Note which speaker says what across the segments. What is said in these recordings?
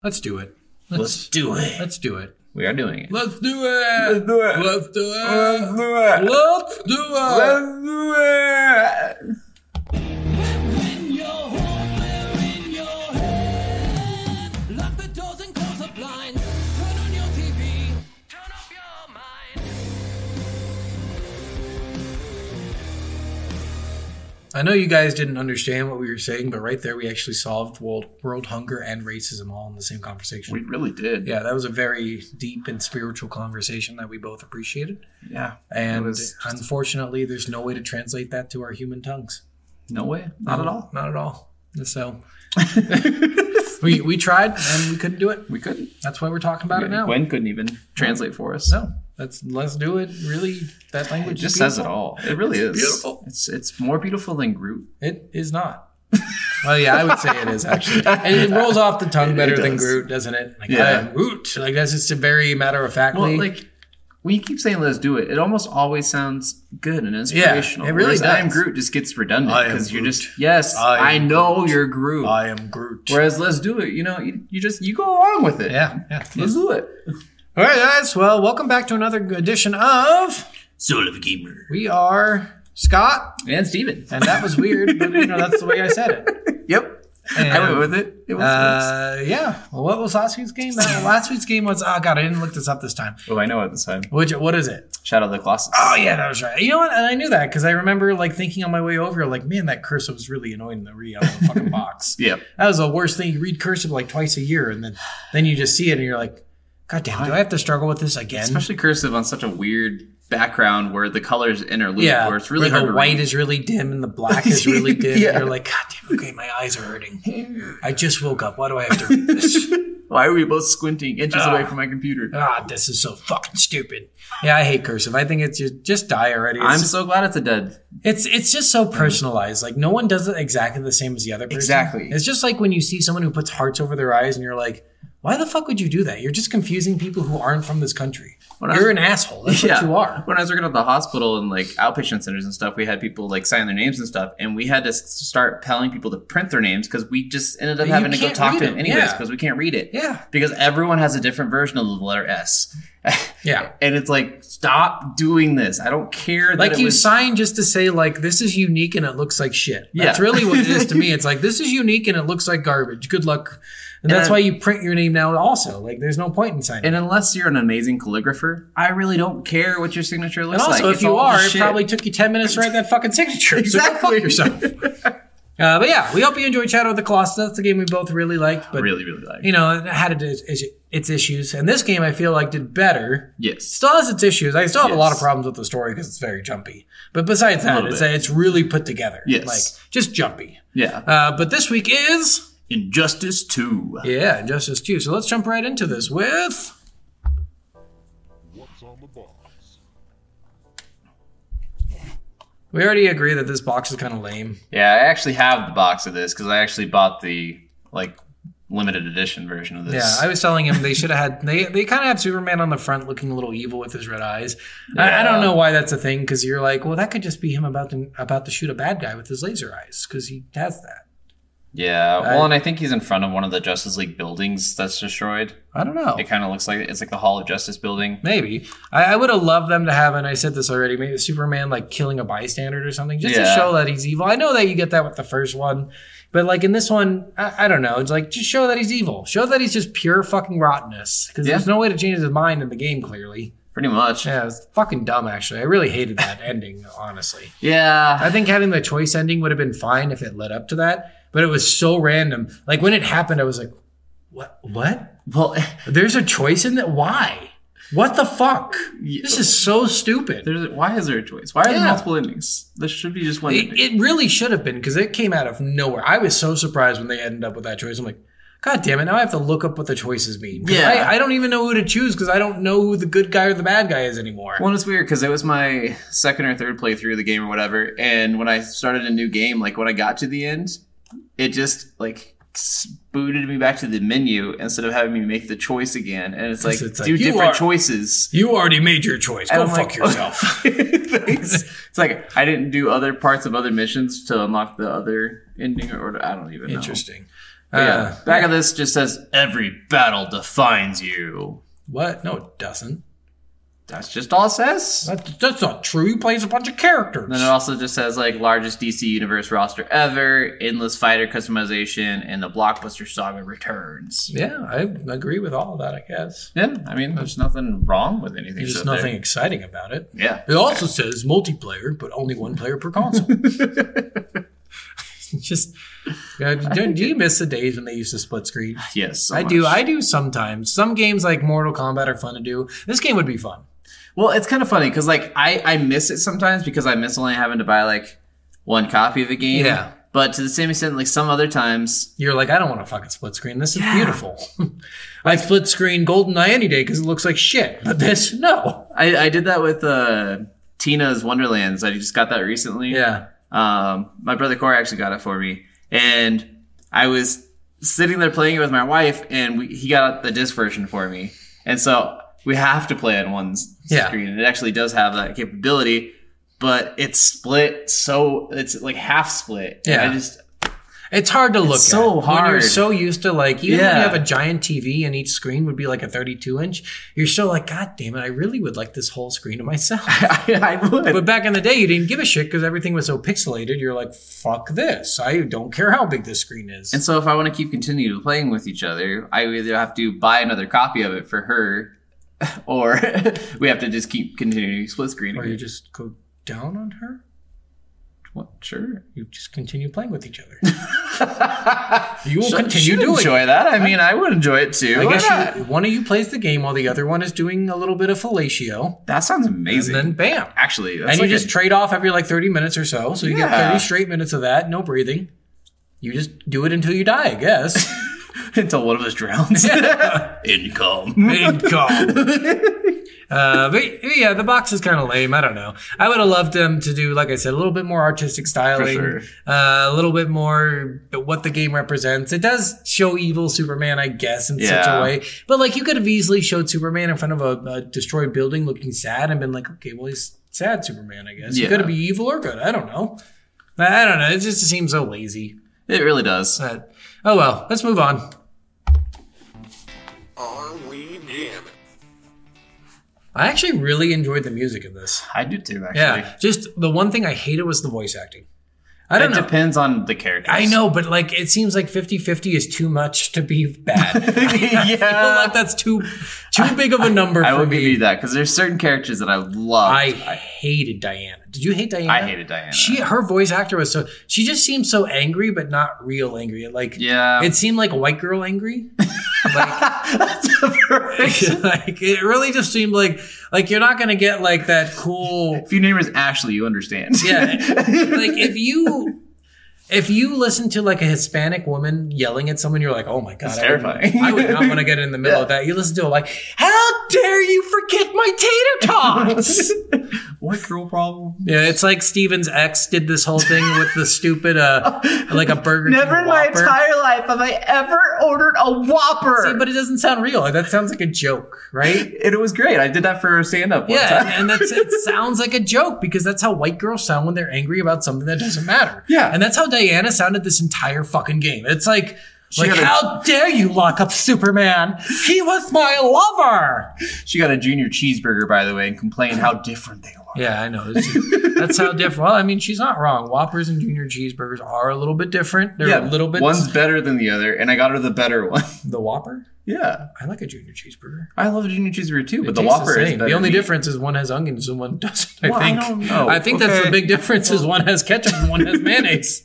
Speaker 1: Let's do it.
Speaker 2: Let's,
Speaker 1: Let's
Speaker 2: do it.
Speaker 1: let's do it.
Speaker 2: We are doing it.
Speaker 1: Let's do it.
Speaker 2: do it.
Speaker 1: Let's do it.
Speaker 2: do
Speaker 1: Let's do it.
Speaker 2: Let's do it.
Speaker 3: When you're home, we're in your head. Lock the doors and close the blinds. Turn on your TV. Turn off your mind.
Speaker 1: I know you guys didn't understand what we were saying, but right there we actually solved world world hunger and racism all in the same conversation.
Speaker 2: We really did.
Speaker 1: yeah, that was a very deep and spiritual conversation that we both appreciated.
Speaker 2: Yeah. It
Speaker 1: And
Speaker 2: was just-
Speaker 1: unfortunately, there's no way to translate that to our human tongues.
Speaker 2: no way. Not at all.
Speaker 1: Not at all. So we, we tried and we couldn't do it.
Speaker 2: We couldn't.
Speaker 1: That's why we're talking about it now.
Speaker 2: Gwen couldn't even translate for us.
Speaker 1: No, that's let's do it. Really, that
Speaker 2: It
Speaker 1: language
Speaker 2: just
Speaker 1: is
Speaker 2: says it
Speaker 1: beautiful.
Speaker 2: all. It really
Speaker 1: It's
Speaker 2: is.
Speaker 1: beautiful.
Speaker 2: It's it's more beautiful than Groot.
Speaker 1: It is not. well, yeah, I would say it is actually. It, it rolls off the tongue better than
Speaker 2: does.
Speaker 1: Groot, doesn't it? Like,
Speaker 2: Yeah.
Speaker 1: I am Groot. Like that's just a very matter of factly.
Speaker 2: Well, like when you keep saying "let's do it," it almost always sounds good and inspirational.
Speaker 1: it really
Speaker 2: Whereas "I am
Speaker 1: does.
Speaker 2: Groot" just gets redundant
Speaker 1: I am
Speaker 2: because you're
Speaker 1: Groot.
Speaker 2: just yes,
Speaker 1: I am
Speaker 2: I, know you're Groot.
Speaker 1: am Groot.
Speaker 2: Whereas "let's do it," you know, you, you just you go along with it.
Speaker 1: yeah, yeah, yeah.
Speaker 2: let's do it.
Speaker 1: All right, guys. Well, welcome back to another edition of
Speaker 3: Soul of a gamer.
Speaker 1: We Are Scott,
Speaker 2: And Steven.
Speaker 1: and that was weird, but you know that's the way I said it.
Speaker 2: Yep. I went with it. It was
Speaker 1: Uh, yeah. Well, what was last week's game? That- last week's game was. Oh God, I didn't look this up this time.
Speaker 2: Oh, I know at this time.
Speaker 1: Which? What is it?
Speaker 2: Shadow of the Colossus.
Speaker 1: Oh yeah, that was right. You know what? And I knew that because I remember like thinking on my way over, like, man, that cursive was really annoying to read on the fucking box.
Speaker 2: Yep.
Speaker 1: That was the worst thing. You read cursive like twice a year, and then then you just see it, and you're like, God damn, do I have to struggle with this again?
Speaker 2: Especially cursive on such a weird background where the colors interloop,
Speaker 1: yeah,
Speaker 2: where it's really
Speaker 1: where
Speaker 2: hard
Speaker 1: the
Speaker 2: to
Speaker 1: white
Speaker 2: read.
Speaker 1: is really dim and the black is really dim. and
Speaker 2: Yeah.
Speaker 1: You're like, God damn, okay, my eyes are hurting. I just woke up. Why do I have to read this?
Speaker 2: Why are we both squinting inches
Speaker 1: Ah.
Speaker 2: away from my computer?
Speaker 1: ah, this is so fucking stupid. Yeah, I hate cursive. I think it's just just die already. It's
Speaker 2: I'm so glad it's a dud.
Speaker 1: It's it's just so personalized. Like no one does it exactly the same as the other person.
Speaker 2: Exactly.
Speaker 1: It's just like when you see someone who puts hearts over their eyes and you're like, why the fuck would you do that? You're just confusing people who aren't from this country.
Speaker 2: When I-
Speaker 1: you're an asshole. That's what you are.
Speaker 2: When I was working at the hospital and like outpatient centers and stuff, we had people like sign their names and stuff, and we had to s- start telling people to print their names because we just ended up
Speaker 1: You
Speaker 2: having to go
Speaker 1: can't
Speaker 2: talk to
Speaker 1: read
Speaker 2: them
Speaker 1: them,
Speaker 2: anyways
Speaker 1: yeah.
Speaker 2: because we can't read it.
Speaker 1: Yeah.
Speaker 2: Because everyone has a different version of the letter S.
Speaker 1: Yeah.
Speaker 2: and it's like, stop doing this. I don't care. That
Speaker 1: Like
Speaker 2: it
Speaker 1: you
Speaker 2: was-
Speaker 1: sign just to say like this is unique and it looks like shit. That's
Speaker 2: Yeah.
Speaker 1: really what it is to me. It's like this is unique and it looks like garbage. Good luck. And that's
Speaker 2: And-
Speaker 1: why you print your name now also. Like there's no point in signing.
Speaker 2: And unless you're an amazing calligrapher, I really don't care what your signature looks
Speaker 1: And also,
Speaker 2: like.
Speaker 1: if you are, it probably took you 10 minutes to write that fucking signature. So go
Speaker 2: Exactly.
Speaker 1: fuck yourself. uh, but yeah, we hope you enjoyed Shadow of the Colossus. That's the game we both really liked. But,
Speaker 2: really, really like.
Speaker 1: you know, it had its, its, its issues. And this game, I feel like, did better.
Speaker 2: yes,
Speaker 1: Still has its issues. I still have a lot of
Speaker 2: Yes.
Speaker 1: problems with the story because it's very jumpy. But besides that,
Speaker 2: little
Speaker 1: it's,
Speaker 2: bit.
Speaker 1: it's really put together.
Speaker 2: Yes.
Speaker 1: Like, just jumpy.
Speaker 2: yeah.
Speaker 1: Uh, but this week is,
Speaker 2: Injustice Two.
Speaker 1: yeah, Injustice 2. So let's jump right into this with.
Speaker 4: What's on the box?
Speaker 1: We already agree that this box is kind of lame.
Speaker 2: Yeah, I actually have the box of this because I actually bought the like limited edition version of
Speaker 1: Yeah,
Speaker 2: this.
Speaker 1: I was telling him they should have had they they kind of have Superman on the front looking a little evil with his red eyes. I, I don't
Speaker 2: Yeah.
Speaker 1: know why that's a thing because you're like, well, that could just be him about to about to shoot a bad guy with his laser eyes because he has that.
Speaker 2: yeah. Well, and I think he's in front of one of the Justice League buildings that's destroyed.
Speaker 1: I don't know.
Speaker 2: It kind of looks like it's like the Hall of Justice building.
Speaker 1: Maybe I, I would have loved them to have, and I said this already. Maybe Superman like killing a bystander or something, just to
Speaker 2: Yeah.
Speaker 1: show that he's evil. I know that you get that with the first one, but like in this one, I, I don't know. It's like just show that he's evil, show that he's just pure fucking rottenness. Because
Speaker 2: Yeah.
Speaker 1: there's no way to change his mind in the game. Clearly,
Speaker 2: Pretty much.
Speaker 1: yeah, it's fucking dumb. Actually, I really hated that ending. Honestly,
Speaker 2: Yeah.
Speaker 1: I think having the choice ending would have been fine if it led up to that, but it was so random. Like when it happened, I was like, "What? What?
Speaker 2: Well,
Speaker 1: There's a choice in that? Why? What the fuck? This is so stupid."
Speaker 2: there's why is there a choice? Why are
Speaker 1: Yeah.
Speaker 2: there multiple endings? There should be just one. ending.
Speaker 1: It, it really should have been because it came out of nowhere. I was so surprised when they ended up with that choice. I'm like, God damn it! Now I have to look up what the choices mean. 'Cause
Speaker 2: Yeah.
Speaker 1: I, I don't even know who to choose because I don't know who the good guy or the bad guy is anymore.
Speaker 2: Well, it's weird because it was my second or third playthrough of the game or whatever, and when I started a new game, like when I got to the end, it just like booted me back to the menu instead of having me make the choice again, and it's like,
Speaker 1: it's like,
Speaker 2: do
Speaker 1: you
Speaker 2: different
Speaker 1: are-
Speaker 2: choices.
Speaker 1: you already made your choice.
Speaker 2: And
Speaker 1: Go
Speaker 2: I'm
Speaker 1: fuck
Speaker 2: like,
Speaker 1: yourself.
Speaker 2: Thanks. It's like I didn't do other parts of other missions to unlock the other ending, or I don't even know.
Speaker 1: Interesting.
Speaker 2: But yeah,
Speaker 1: Uh,
Speaker 2: back of this just says every battle defines you.
Speaker 1: What? No, it doesn't.
Speaker 2: That's just all it says.
Speaker 1: That, that's not true. He plays a bunch of characters.
Speaker 2: And then it also just says like largest DC universe roster ever, endless fighter customization, and the blockbuster saga returns.
Speaker 1: Yeah, I agree with all of that. I guess
Speaker 2: Yeah, I mean, there's nothing wrong with anything.
Speaker 1: there's just
Speaker 2: said there.
Speaker 1: nothing exciting about it.
Speaker 2: Yeah,
Speaker 1: It also says multiplayer, but only one player per console. just yeah, do, do you miss the days when they used to split screen?
Speaker 2: yes, so
Speaker 1: I do.
Speaker 2: much.
Speaker 1: I do sometimes. Some games like Mortal Kombat are fun to do. This game would be fun.
Speaker 2: Well, it's kind of funny because like I I miss it sometimes because I miss only having to buy like one copy of a game.
Speaker 1: Yeah.
Speaker 2: But to the same extent, like some other times,
Speaker 1: You're like, I don't want to fucking split screen. This is
Speaker 2: Yeah.
Speaker 1: beautiful. I split screen GoldenEye any day because it looks like shit. But this, no.
Speaker 2: I I did that with uh Tina's Wonderlands. I just got that recently.
Speaker 1: Yeah.
Speaker 2: Um, my brother Corey actually got it for me, and I was sitting there playing it with my wife, and we, he got the disc version for me, and so we have to play on one s-
Speaker 1: Yeah.
Speaker 2: screen. and It actually does have that capability, but it's split, so it's like half split. and
Speaker 1: Yeah.
Speaker 2: I just
Speaker 1: It's hard to look
Speaker 2: so
Speaker 1: at. When you're
Speaker 2: hard.
Speaker 1: so used to like even when
Speaker 2: Yeah.
Speaker 1: you have a giant TV and each screen would be like a 32 inch, you're still like, God damn it, I really would like this whole screen to myself.
Speaker 2: I, I would.
Speaker 1: but back in the day, you didn't give a shit because everything was so pixelated. You're like, fuck this. I don't care how big this screen is.
Speaker 2: And so if I want to keep continuing playing with each other, I either have to buy another copy of it for her, or we have to just keep continuing split screen.
Speaker 1: or you just go down on her.
Speaker 2: Well, sure.
Speaker 1: You just continue playing with each other.
Speaker 2: you
Speaker 1: will continue
Speaker 2: should
Speaker 1: doing
Speaker 2: enjoy that. I mean, I would enjoy it too.
Speaker 1: I
Speaker 2: Why
Speaker 1: guess
Speaker 2: not?
Speaker 1: you, one of you plays the game while the other one is doing a little bit of fellatio,
Speaker 2: that sounds amazing.
Speaker 1: and then bam.
Speaker 2: Actually, that's
Speaker 1: and
Speaker 2: like
Speaker 1: you just
Speaker 2: a-
Speaker 1: trade off every like 30 minutes or so. So you get
Speaker 2: Yeah.
Speaker 1: 30 straight minutes of that, no breathing. You just do it until you die, I guess.
Speaker 2: until one of us drowns. Income.
Speaker 1: Thank God. Uh, but yeah, the box is kind of lame. I don't know. I would have loved them to do, like I said, a little bit more artistic styling,
Speaker 2: sure.
Speaker 1: uh, a little bit more what the game represents. It does show evil Superman, I guess, in such a
Speaker 2: Yeah.
Speaker 1: way. But like, you could have easily showed Superman in front of a, a destroyed building, looking sad, and been like, okay, well, he's sad Superman, I guess. He
Speaker 2: Yeah.
Speaker 1: could be evil or good. I don't know. I I don't know. It just seems so lazy.
Speaker 2: It really does.
Speaker 1: But oh well, let's move on.
Speaker 4: Are we in?
Speaker 1: I actually really enjoyed the music of this.
Speaker 2: I do too. Actually,
Speaker 1: Yeah, just the one thing I hated was the voice acting. I don't
Speaker 2: it
Speaker 1: know.
Speaker 2: depends on the character.
Speaker 1: I know, but like it seems like 50-50 is too much to be bad. I feel
Speaker 2: yeah.
Speaker 1: like that's too too big of a number
Speaker 2: I
Speaker 1: for
Speaker 2: will
Speaker 1: me.
Speaker 2: give you that because there's certain characters that I love.
Speaker 1: I hated Diana. Did you hate Diana?
Speaker 2: I hated Diana.
Speaker 1: She her voice actor was so she just seemed so angry, but not real angry. Like
Speaker 2: yeah.
Speaker 1: it seemed like white girl angry.
Speaker 2: That's the perfect.
Speaker 1: like it really just seemed like like you're not gonna get like that cool
Speaker 2: If your name is Ashley, you understand.
Speaker 1: Yeah. like if you if you listen to like a Hispanic woman yelling at someone, you're like, oh my god,
Speaker 2: It's
Speaker 1: I would-
Speaker 2: terrifying.
Speaker 1: I would, not want to get in the middle of that. You listen to it like, how dare you forget my tater tots?
Speaker 2: what girl problem?
Speaker 1: yeah, it's like Steven's ex did this whole thing with the stupid uh like a burger. King
Speaker 2: Never in my
Speaker 1: Whopper.
Speaker 2: entire life have I ever ordered a Whopper.
Speaker 1: See, but it doesn't sound real. Like, That sounds like a joke, right?
Speaker 2: and it was great. I did that for stand up one
Speaker 1: Yeah,
Speaker 2: time.
Speaker 1: and, and that's it sounds like a joke because that's how white girls sound when they're angry about something that doesn't matter.
Speaker 2: Yeah.
Speaker 1: and that's how Diana sounded this entire fucking game. It's like, like
Speaker 2: had a-
Speaker 1: how dare you lock up Superman? He was my lover.
Speaker 2: She got a junior cheeseburger, by the way, and complained how different they are.
Speaker 1: Yeah, I know. It's- that's how different. Well, I mean, she's not wrong. Whoppers and junior cheeseburgers are a little bit different. They're a little bit
Speaker 2: One's better than the other, and I got her the better one.
Speaker 1: the Whopper.
Speaker 2: yeah,
Speaker 1: I like a junior cheeseburger.
Speaker 2: I love junior cheeseburger too, but
Speaker 1: It
Speaker 2: the
Speaker 1: tastes
Speaker 2: Whopper is
Speaker 1: same.
Speaker 2: better
Speaker 1: the only
Speaker 2: than-
Speaker 1: difference is one has onions and one doesn't. I
Speaker 2: Well, I
Speaker 1: think.
Speaker 2: don't know.
Speaker 1: I think that's the
Speaker 2: Okay.
Speaker 1: big difference is one has ketchup and one has mayonnaise.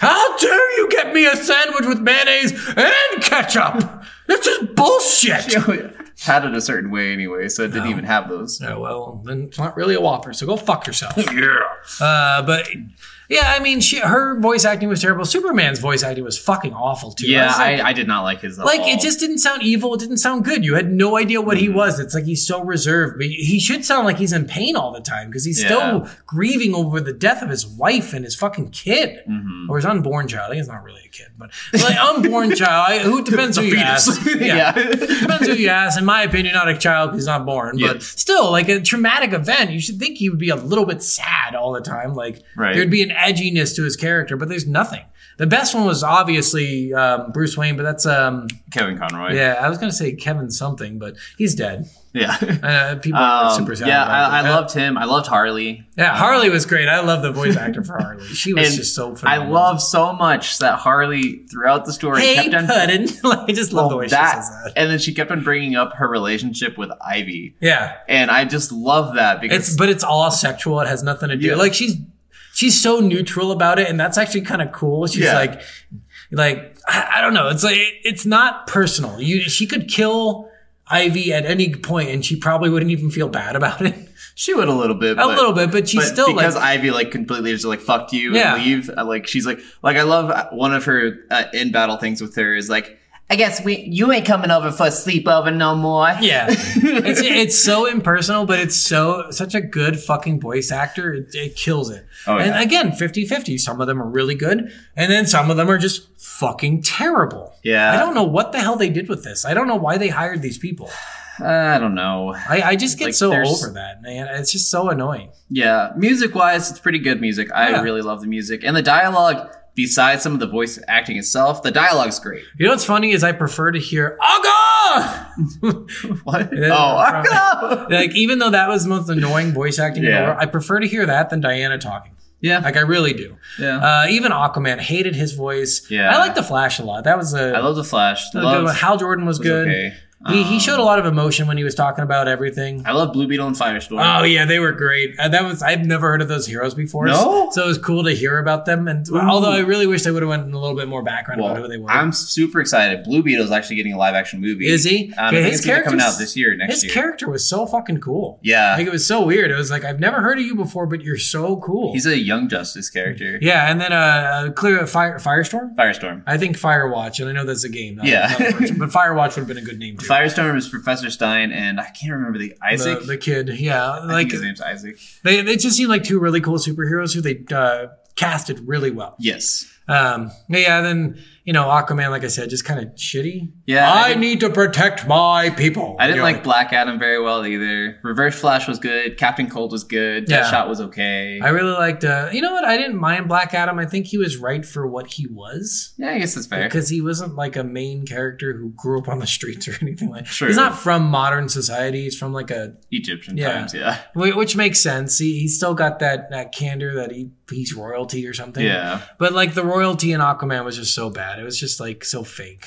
Speaker 1: How dare you get me a sandwich with mayonnaise and ketchup? This is bullshit.
Speaker 2: had it a certain way anyway, so it didn't even have those.
Speaker 1: Oh, well, then it's not really a whopper, so go fuck yourself.
Speaker 2: Yeah.
Speaker 1: Uh, but yeah, I mean, she, her voice acting was terrible. Superman's voice acting was fucking awful too.
Speaker 2: Yeah,
Speaker 1: was like,
Speaker 2: I, I did not like his. at
Speaker 1: like
Speaker 2: all.
Speaker 1: it just didn't sound evil. It didn't sound good. You had no idea what
Speaker 2: Mm-hmm.
Speaker 1: he was. It's like he's so reserved, but he should sound like he's in pain all the time because he's
Speaker 2: Yeah.
Speaker 1: still grieving over the death of his wife and his fucking kid
Speaker 2: Mm-hmm.
Speaker 1: or his unborn child. I think it's not really a kid, but like unborn child. I, who depends who you ask?
Speaker 2: yeah.
Speaker 1: Depends who you ask. In my opinion, not a child because he's not born, but
Speaker 2: Yes.
Speaker 1: still, like a traumatic event, you should think he would be a little bit sad all the time. Like
Speaker 2: Right.
Speaker 1: there'd be an edginess to his character, but there's nothing. The best one was obviously um, Bruce Wayne, but that's um,
Speaker 2: Kevin Conroy.
Speaker 1: yeah. I was gonna say Kevin something, but he's dead.
Speaker 2: Yeah.
Speaker 1: Uh, people are
Speaker 2: Um,
Speaker 1: super sad.
Speaker 2: yeah,
Speaker 1: about
Speaker 2: I,
Speaker 1: it.
Speaker 2: I loved him. I loved Harley.
Speaker 1: Yeah, Harley was great. I love the voice actor for Harley. She was
Speaker 2: And
Speaker 1: just so
Speaker 2: I
Speaker 1: phenomenal.
Speaker 2: love so much that Harley throughout the story
Speaker 1: Hey,
Speaker 2: kept on
Speaker 1: Puddin'. Like, I just love the way she
Speaker 2: that,
Speaker 1: says that.
Speaker 2: and then she kept on bringing up her relationship with Ivy,
Speaker 1: Yeah,
Speaker 2: and I just love that because
Speaker 1: it's but it's all sexual. It has nothing to do.
Speaker 2: Yeah.
Speaker 1: Like she's she's so neutral about it, and that's actually kind of cool. She's
Speaker 2: Yeah.
Speaker 1: like like I, I don't know. It's like it's not personal. You she could kill Ivy at any point, and she probably wouldn't even feel bad about it.
Speaker 2: she would a little bit,
Speaker 1: A little bit, but she's
Speaker 2: but
Speaker 1: still like
Speaker 2: because Ivy like completely just like fucked you
Speaker 1: Yeah.
Speaker 2: and leave. uh, Like she's like like I love uh, one of her uh, in battle things with her is like I guess we you ain't coming over for a sleepover no more.
Speaker 1: Yeah, it's it's so impersonal, but it's so such a good fucking voice actor. It, it kills it.
Speaker 2: Oh, yeah.
Speaker 1: And again, 50-50. Some of them are really good, and then some of them are just fucking terrible.
Speaker 2: Yeah.
Speaker 1: I don't know what the hell they did with this. I don't know why they hired these people.
Speaker 2: I don't know.
Speaker 1: I, I just get
Speaker 2: Like,
Speaker 1: so
Speaker 2: there's-
Speaker 1: over that, man. It's just so annoying.
Speaker 2: Yeah, music wise, it's pretty good music. I
Speaker 1: Yeah.
Speaker 2: really love the music and the dialogue. Besides some of the voice acting itself, the dialogue's great.
Speaker 1: You know what's funny is I prefer to hear Aga.
Speaker 2: What?
Speaker 1: Yeah,
Speaker 2: oh,
Speaker 1: like even though that was the most annoying voice acting in the
Speaker 2: Yeah.
Speaker 1: world, I prefer to hear that than Diana talking.
Speaker 2: yeah,
Speaker 1: Like I really do.
Speaker 2: yeah.
Speaker 1: Uh, even Aquaman hated his voice.
Speaker 2: Yeah.
Speaker 1: I like the Flash a lot. That was a
Speaker 2: I love the Flash.
Speaker 1: a
Speaker 2: The
Speaker 1: good
Speaker 2: love
Speaker 1: one.
Speaker 2: was
Speaker 1: Hal Jordan was, good.
Speaker 2: okay.
Speaker 1: He, he
Speaker 2: Um,
Speaker 1: showed a lot of emotion when he was talking about everything.
Speaker 2: I love Blue Beetle and Firestorm.
Speaker 1: Oh yeah, they were great. Uh, that was I've never heard of those heroes before.
Speaker 2: No?
Speaker 1: so it was cool to hear about them. And
Speaker 2: Ooh.
Speaker 1: although I really wish they would have went in a little bit more background
Speaker 2: well,
Speaker 1: about who they were.
Speaker 2: I'm super excited. Blue Beetle's actually getting a live action movie.
Speaker 1: Is he?
Speaker 2: Um, I
Speaker 1: Yeah,
Speaker 2: think
Speaker 1: his
Speaker 2: it's gonna be coming
Speaker 1: character's-
Speaker 2: out this year, next
Speaker 1: His
Speaker 2: year.
Speaker 1: character was so fucking cool.
Speaker 2: yeah,
Speaker 1: Like it was so weird. It was like I've never heard of you before, but you're so cool.
Speaker 2: he's a Young Justice character.
Speaker 1: yeah, and then uh, uh, clear fire firestorm.
Speaker 2: Firestorm.
Speaker 1: I think Firewatch, and I know that's a game. not-
Speaker 2: Yeah.
Speaker 1: not a person, but Firewatch would have been a good name too.
Speaker 2: Firestorm is Professor Stein, and I can't remember the Isaac.
Speaker 1: The, the kid, yeah,
Speaker 2: I
Speaker 1: like
Speaker 2: think his name's Isaac.
Speaker 1: they, they just seem like two really cool superheroes who they uh, casted really well.
Speaker 2: Yes.
Speaker 1: Um, yeah, then you know Aquaman, like I said, just kind of shitty.
Speaker 2: Yeah, I
Speaker 1: I,
Speaker 2: didn't-
Speaker 1: need to protect my people.
Speaker 2: I didn't
Speaker 1: You're
Speaker 2: like Black Adam very well either. Reverse Flash was good. Captain Cold was good.
Speaker 1: Yeah.
Speaker 2: Deadshot was okay.
Speaker 1: I really liked. Uh, you know what? I didn't mind Black Adam. I think he was right for what he was
Speaker 2: yeah, I guess that's fair.
Speaker 1: because he wasn't like a main character who grew up on the streets or anything like.
Speaker 2: True.
Speaker 1: He's not from modern society. He's from like a
Speaker 2: Egyptian
Speaker 1: Yeah.
Speaker 2: times, yeah.
Speaker 1: whi- which makes sense. He, he's still got that that candor that he he's royalty or something.
Speaker 2: Yeah.
Speaker 1: But like the royalty in Aquaman was just so bad. It was just like so fake.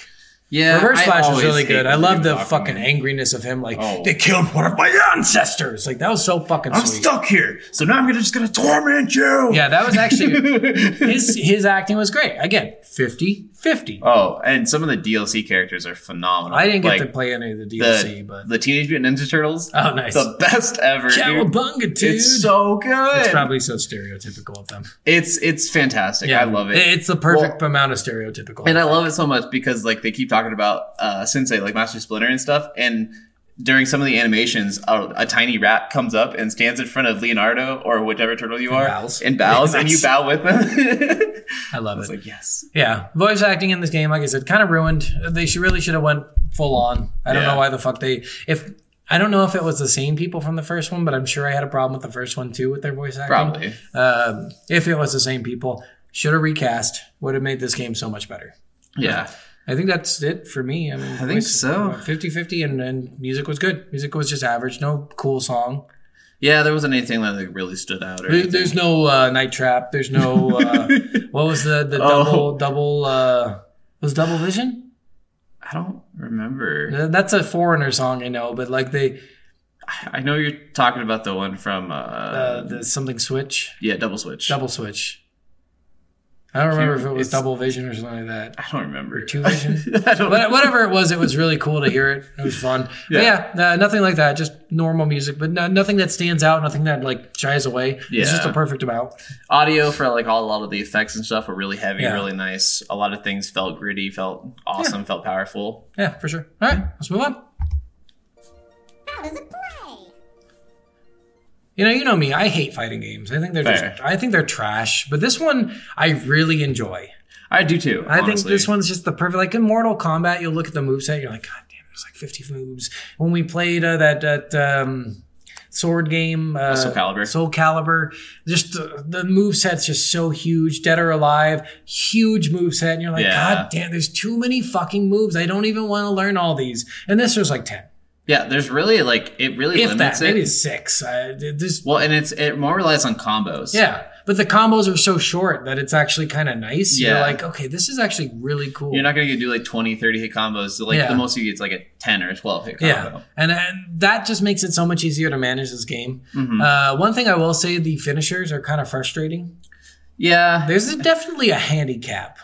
Speaker 2: Yeah.
Speaker 1: Reverse
Speaker 2: I
Speaker 1: Flash was
Speaker 2: always
Speaker 1: really
Speaker 2: hate
Speaker 1: good.
Speaker 2: when
Speaker 1: I
Speaker 2: they
Speaker 1: love
Speaker 2: do
Speaker 1: the
Speaker 2: Aquaman.
Speaker 1: fucking angriness of him. Like
Speaker 2: Oh.
Speaker 1: they killed one of my ancestors. Like that was so fucking
Speaker 2: I'm
Speaker 1: sweet.
Speaker 2: stuck here, so now I'm gonna just gonna torment you.
Speaker 1: yeah, that was actually his his acting was great. Again, 50-50.
Speaker 2: oh, and some of the DLC characters are phenomenal.
Speaker 1: I didn't get
Speaker 2: Like,
Speaker 1: to play any of the
Speaker 2: the
Speaker 1: DLC, but
Speaker 2: the Teenage Mutant Ninja Turtles.
Speaker 1: oh nice.
Speaker 2: The best ever. dude.
Speaker 1: Cowabunga, dude.
Speaker 2: It's so good.
Speaker 1: It's probably so stereotypical of them.
Speaker 2: it's it's fantastic. I love it.
Speaker 1: It's the perfect amount of stereotypical.
Speaker 2: And I love it so much because like they keep talking about uh, Sensei, like Master Splinter and stuff. And during some of the animations, a, a tiny rat comes up and stands in front of Leonardo or whichever turtle you are
Speaker 1: bows.
Speaker 2: and bows, and you
Speaker 1: Yes.
Speaker 2: bow with them.
Speaker 1: I love
Speaker 2: it's
Speaker 1: it.
Speaker 2: like yes,
Speaker 1: Yeah, voice acting in this game, like I said, kind of ruined. They should really should have went full on. I don't
Speaker 2: Yeah.
Speaker 1: know why the fuck they if I don't know if it was the same people from the first one, but I'm sure I had a problem with the first one too with their voice acting.
Speaker 2: probably.
Speaker 1: Um, if it was the same people, should have recast. Would have made this game so much better.
Speaker 2: Yeah,
Speaker 1: I think that's it for me. I mean, I
Speaker 2: think so.
Speaker 1: 50-50 and, and music was good. Music was just average. No cool song.
Speaker 2: yeah. There wasn't anything that like really stood out or
Speaker 1: There-
Speaker 2: anything.
Speaker 1: There's no uh, night trap. There's no uh, what was the the
Speaker 2: Oh.
Speaker 1: double double uh, was double vision.
Speaker 2: I don't remember.
Speaker 1: Uh, That's a foreigner song, I know, but like they
Speaker 2: I know you're talking about the one from uh,
Speaker 1: uh, the something switch,
Speaker 2: yeah, Double Switch.
Speaker 1: double switch. I don't remember if it was
Speaker 2: It's-
Speaker 1: double vision or something like that.
Speaker 2: I don't remember.
Speaker 1: Two Vision?
Speaker 2: I don't.
Speaker 1: But whatever it was, it was really cool to hear it. It was fun.
Speaker 2: Yeah.
Speaker 1: Yeah, but yeah uh, nothing like that. Just normal music, but no, nothing that stands out. Nothing that like shies away. It's just
Speaker 2: Yeah.
Speaker 1: a perfect amount.
Speaker 2: audio for like all a lot of the effects and stuff were really heavy,
Speaker 1: Yeah.
Speaker 2: really nice. A lot of things felt gritty, felt awesome, felt powerful.
Speaker 1: Yeah, for sure. All right, let's move on.
Speaker 4: How does it play?
Speaker 1: You know, you know me. I hate fighting games. I think they're
Speaker 2: Fair.
Speaker 1: just. I think they're trash. But this one, I really enjoy.
Speaker 2: I do too.
Speaker 1: I think
Speaker 2: honestly.
Speaker 1: this one's just the perfect. Like in Mortal Kombat, you'll look at the moveset, you're like, God damn, there's like 50 moves. When we played uh, that that um, sword game. Uh,
Speaker 2: Soul Calibur.
Speaker 1: Soul Calibur. Just the, the moveset's just so huge. Dead or Alive, huge moveset. And you're like,
Speaker 2: Yeah.
Speaker 1: God damn, there's too many fucking moves. I don't even want to learn all these. And this there's like 10.
Speaker 2: Yeah, there's really like it really
Speaker 1: If
Speaker 2: limits
Speaker 1: that, maybe
Speaker 2: it.
Speaker 1: it's six. I, this,
Speaker 2: Well, and it's it more relies on combos.
Speaker 1: yeah. But the combos are so short that it's actually kind of nice. You're
Speaker 2: Yeah.
Speaker 1: like, okay, this is actually really cool.
Speaker 2: You're not going to do like 20, 30 hit combos. So, like
Speaker 1: Yeah.
Speaker 2: the most you get is like a 10 or 12 hit combo.
Speaker 1: Yeah, and, and that just makes it so much easier to manage this game.
Speaker 2: Mm-hmm. Hmm.
Speaker 1: Uh, one thing I will say, the finishers are kind of frustrating.
Speaker 2: Yeah.
Speaker 1: There's definitely a handicap.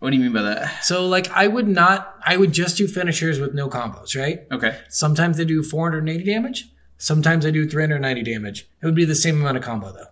Speaker 2: What do you mean by that?
Speaker 1: So, like, I would not, I would just do finishers with no combos, right?
Speaker 2: Okay.
Speaker 1: Sometimes they do 480 damage. Sometimes they do 390 damage. It would be the same amount of combo, though.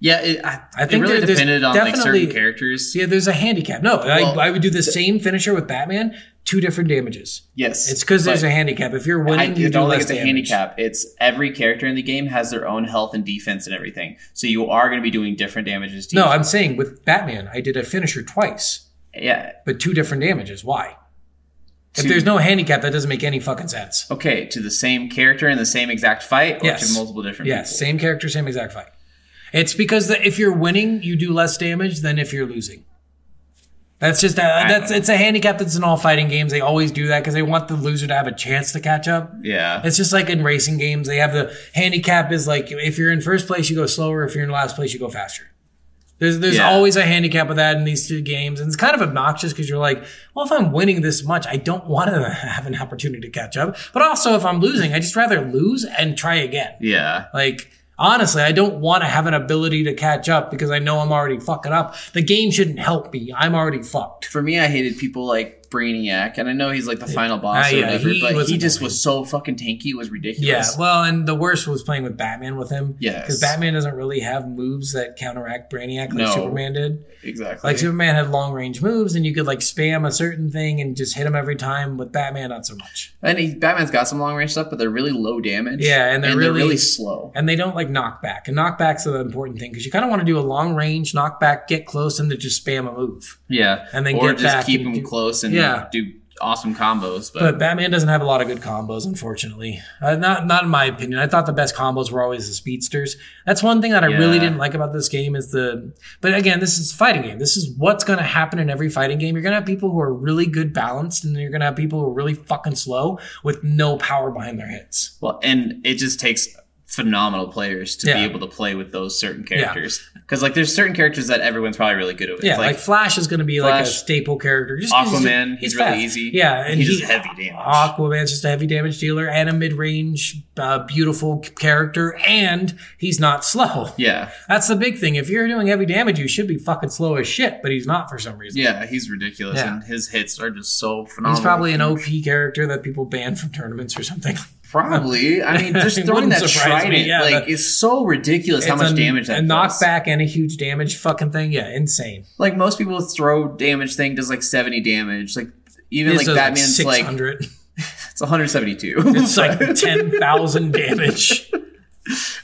Speaker 2: Yeah, it, I,
Speaker 1: I
Speaker 2: I
Speaker 1: think
Speaker 2: think it really
Speaker 1: there- there's
Speaker 2: depended on like certain
Speaker 1: definitely-
Speaker 2: characters.
Speaker 1: So, yeah, there's a handicap. No,
Speaker 2: Well-
Speaker 1: I, I would do the same finisher with Batman, two different damages.
Speaker 2: Yes.
Speaker 1: It's because there's
Speaker 2: but
Speaker 1: a handicap. If you're
Speaker 2: I
Speaker 1: winning, you
Speaker 2: do
Speaker 1: do
Speaker 2: not
Speaker 1: less
Speaker 2: think it's a
Speaker 1: damage.
Speaker 2: handicap. It's every character in the game has their own health and defense and everything. So you are going to be doing different damages to
Speaker 1: No,
Speaker 2: each-
Speaker 1: I'm saying with Batman, I did a finisher twice.
Speaker 2: Yeah.
Speaker 1: but two different damages. Why? If
Speaker 2: Two-
Speaker 1: there's no handicap, that doesn't make any fucking sense.
Speaker 2: Okay, to the same character in the same exact fight or
Speaker 1: Yes.
Speaker 2: to multiple different
Speaker 1: Yes,
Speaker 2: people?
Speaker 1: same character, same exact fight. It's because the, if you're winning, you do less damage than if you're losing. That's just a, that's
Speaker 2: know.
Speaker 1: it's a handicap that's in all fighting games. They always do that because they want the loser to have a chance to catch up.
Speaker 2: Yeah.
Speaker 1: It's just like in racing games, they have the handicap is like if you're in first place, you go slower. If you're in last place, you go faster. There's there's
Speaker 2: Yeah.
Speaker 1: always a handicap with that in these two games, and it's kind of obnoxious because you're like, well, if I'm winning this much, I don't want to have an opportunity to catch up. But also, if I'm losing, I just rather lose and try again.
Speaker 2: Yeah.
Speaker 1: Like honestly, I don't want to have an ability to catch up because I know I'm already fucking up. The game shouldn't help me. I'm already fucked.
Speaker 2: for me, I hated people like Brainiac, and I know he's like the final
Speaker 1: Ah,
Speaker 2: boss or
Speaker 1: yeah,
Speaker 2: whatever,
Speaker 1: he
Speaker 2: but
Speaker 1: was
Speaker 2: he just
Speaker 1: annoying.
Speaker 2: was so fucking tanky, it was
Speaker 1: Yeah,
Speaker 2: ridiculous.
Speaker 1: well, and the worst was playing with Batman with him.
Speaker 2: Yes.
Speaker 1: because Batman doesn't really have moves that counteract Brainiac like
Speaker 2: No.
Speaker 1: Superman did.
Speaker 2: exactly.
Speaker 1: Like Superman had long range moves, and you could like spam a certain thing and just hit him every time. With Batman, not so much.
Speaker 2: and he, Batman's got some long range stuff, but they're really low damage.
Speaker 1: Yeah, and they're really-
Speaker 2: slow.
Speaker 1: And they don't like knockback, and knockback's the important thing because you kind of want to do a long range knockback, get close, and then just spam a move.
Speaker 2: Yeah,
Speaker 1: And then
Speaker 2: or
Speaker 1: get back
Speaker 2: just keep
Speaker 1: and
Speaker 2: him
Speaker 1: do-
Speaker 2: close and
Speaker 1: Yeah.
Speaker 2: do awesome combos. But,
Speaker 1: But Batman doesn't have a lot of good combos, unfortunately. Uh, not, not in my opinion. I thought the best combos were always the speedsters. That's one thing that I really
Speaker 2: Yeah.
Speaker 1: didn't like about this game is the. But again, this is a fighting game. This is what's going to happen in every fighting game. You're going to have people who are really good balanced, and you're going to have people who are really fucking slow with no power behind their hits.
Speaker 2: well, and it just takes phenomenal players to
Speaker 1: Yeah.
Speaker 2: be able to play with those certain characters because like there's certain characters that everyone's probably really good at.
Speaker 1: Yeah, like,
Speaker 2: like,
Speaker 1: Flash is going to be like a
Speaker 2: Flash,
Speaker 1: staple character. Just 'cause
Speaker 2: Aquaman, he's, really
Speaker 1: fast.
Speaker 2: easy.
Speaker 1: Yeah,
Speaker 2: and he's
Speaker 1: he-
Speaker 2: just heavy damage.
Speaker 1: Aquaman's just a heavy damage dealer and a mid range, uh, beautiful character, and he's not slow.
Speaker 2: yeah,
Speaker 1: That's the big thing. If you're doing heavy damage, you should be fucking slow as shit, but he's not for some reason.
Speaker 2: yeah, he's ridiculous,
Speaker 1: Yeah.
Speaker 2: and his hits are just so phenomenal.
Speaker 1: He's probably an OP character that people ban from tournaments or something.
Speaker 2: Probably. I mean, just
Speaker 1: It
Speaker 2: throwing
Speaker 1: wouldn't
Speaker 2: that
Speaker 1: surprise me,
Speaker 2: trident,
Speaker 1: yeah,
Speaker 2: like,
Speaker 1: that-
Speaker 2: it's so ridiculous how
Speaker 1: It's
Speaker 2: much
Speaker 1: a-
Speaker 2: damage that
Speaker 1: A
Speaker 2: does.
Speaker 1: knockback and a huge damage fucking thing. Yeah, insane.
Speaker 2: Like, most people throw damage thing does like 70 damage. Like, even
Speaker 1: This
Speaker 2: like
Speaker 1: is
Speaker 2: Batman's like,
Speaker 1: 600.
Speaker 2: it's 172.
Speaker 1: it's like 10,000 damage.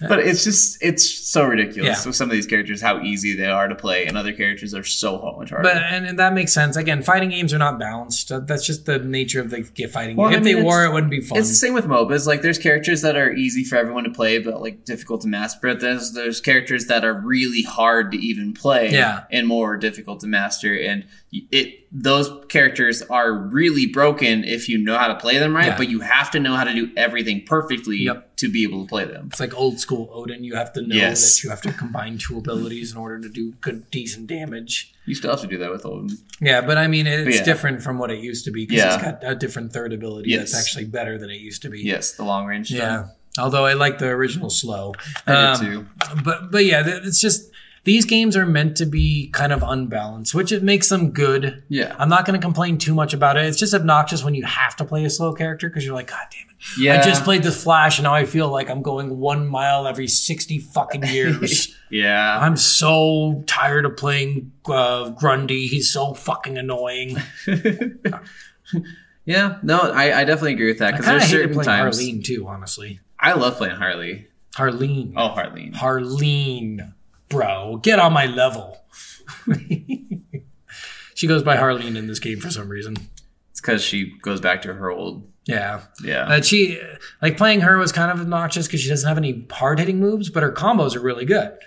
Speaker 2: but it's just, it's so ridiculous
Speaker 1: Yeah.
Speaker 2: with some of these characters, how easy they are to play, and other characters are so much harder.
Speaker 1: But and, and that makes sense. Again, fighting games are not balanced. That- That's just the nature of the g- fighting
Speaker 2: Well,
Speaker 1: game. If
Speaker 2: I mean,
Speaker 1: they
Speaker 2: it's-
Speaker 1: were, it wouldn't be fun.
Speaker 2: It's the same with MOBAs. Like, there's characters that are easy for everyone to play, but like difficult to master. But there's there's characters that are really hard to even play,
Speaker 1: Yeah.
Speaker 2: and more difficult to master. And it those characters are really broken if you know how to play them right.
Speaker 1: Yeah.
Speaker 2: But you have to know how to do everything perfectly
Speaker 1: Yep.
Speaker 2: to be able to play them.
Speaker 1: It's like old school Odin. You have to know
Speaker 2: Yes.
Speaker 1: that you have to combine two abilities in order to do good, decent damage.
Speaker 2: You still have to do that with old.
Speaker 1: Yeah, but I mean, it's
Speaker 2: yeah.
Speaker 1: different from what it used to be because it's
Speaker 2: Yeah.
Speaker 1: got a different third ability that's
Speaker 2: Yes.
Speaker 1: actually better than it used to be.
Speaker 2: Yes, the long range.
Speaker 1: Yeah.
Speaker 2: stuff.
Speaker 1: Although I like the original slow.
Speaker 2: I
Speaker 1: Um,
Speaker 2: did too.
Speaker 1: But but yeah, th- it's just these games are meant to be kind of unbalanced, which it makes them good.
Speaker 2: Yeah.
Speaker 1: I'm not going to complain too much about it. It's just obnoxious when you have to play a slow character because you're like, God damn it.
Speaker 2: Yeah.
Speaker 1: I just played the Flash and now I feel like I'm going one mile every 60 fucking years.
Speaker 2: Yeah.
Speaker 1: I'm so tired of playing uh, Grundy. He's so fucking annoying.
Speaker 2: yeah. No, I, I definitely agree with that
Speaker 1: I
Speaker 2: because
Speaker 1: kind
Speaker 2: there's
Speaker 1: of hated
Speaker 2: certain
Speaker 1: playing
Speaker 2: times.
Speaker 1: Harleen too, honestly.
Speaker 2: I love playing Harley.
Speaker 1: Harleen.
Speaker 2: Oh, Harleen.
Speaker 1: Harleen, bro, get on my level. she goes by Harleen in this game for some reason.
Speaker 2: It's because she goes back to her old
Speaker 1: Yeah.
Speaker 2: Yeah.
Speaker 1: Uh, she like playing her was kind of obnoxious because she doesn't have any hard hitting moves, but her combos are really good.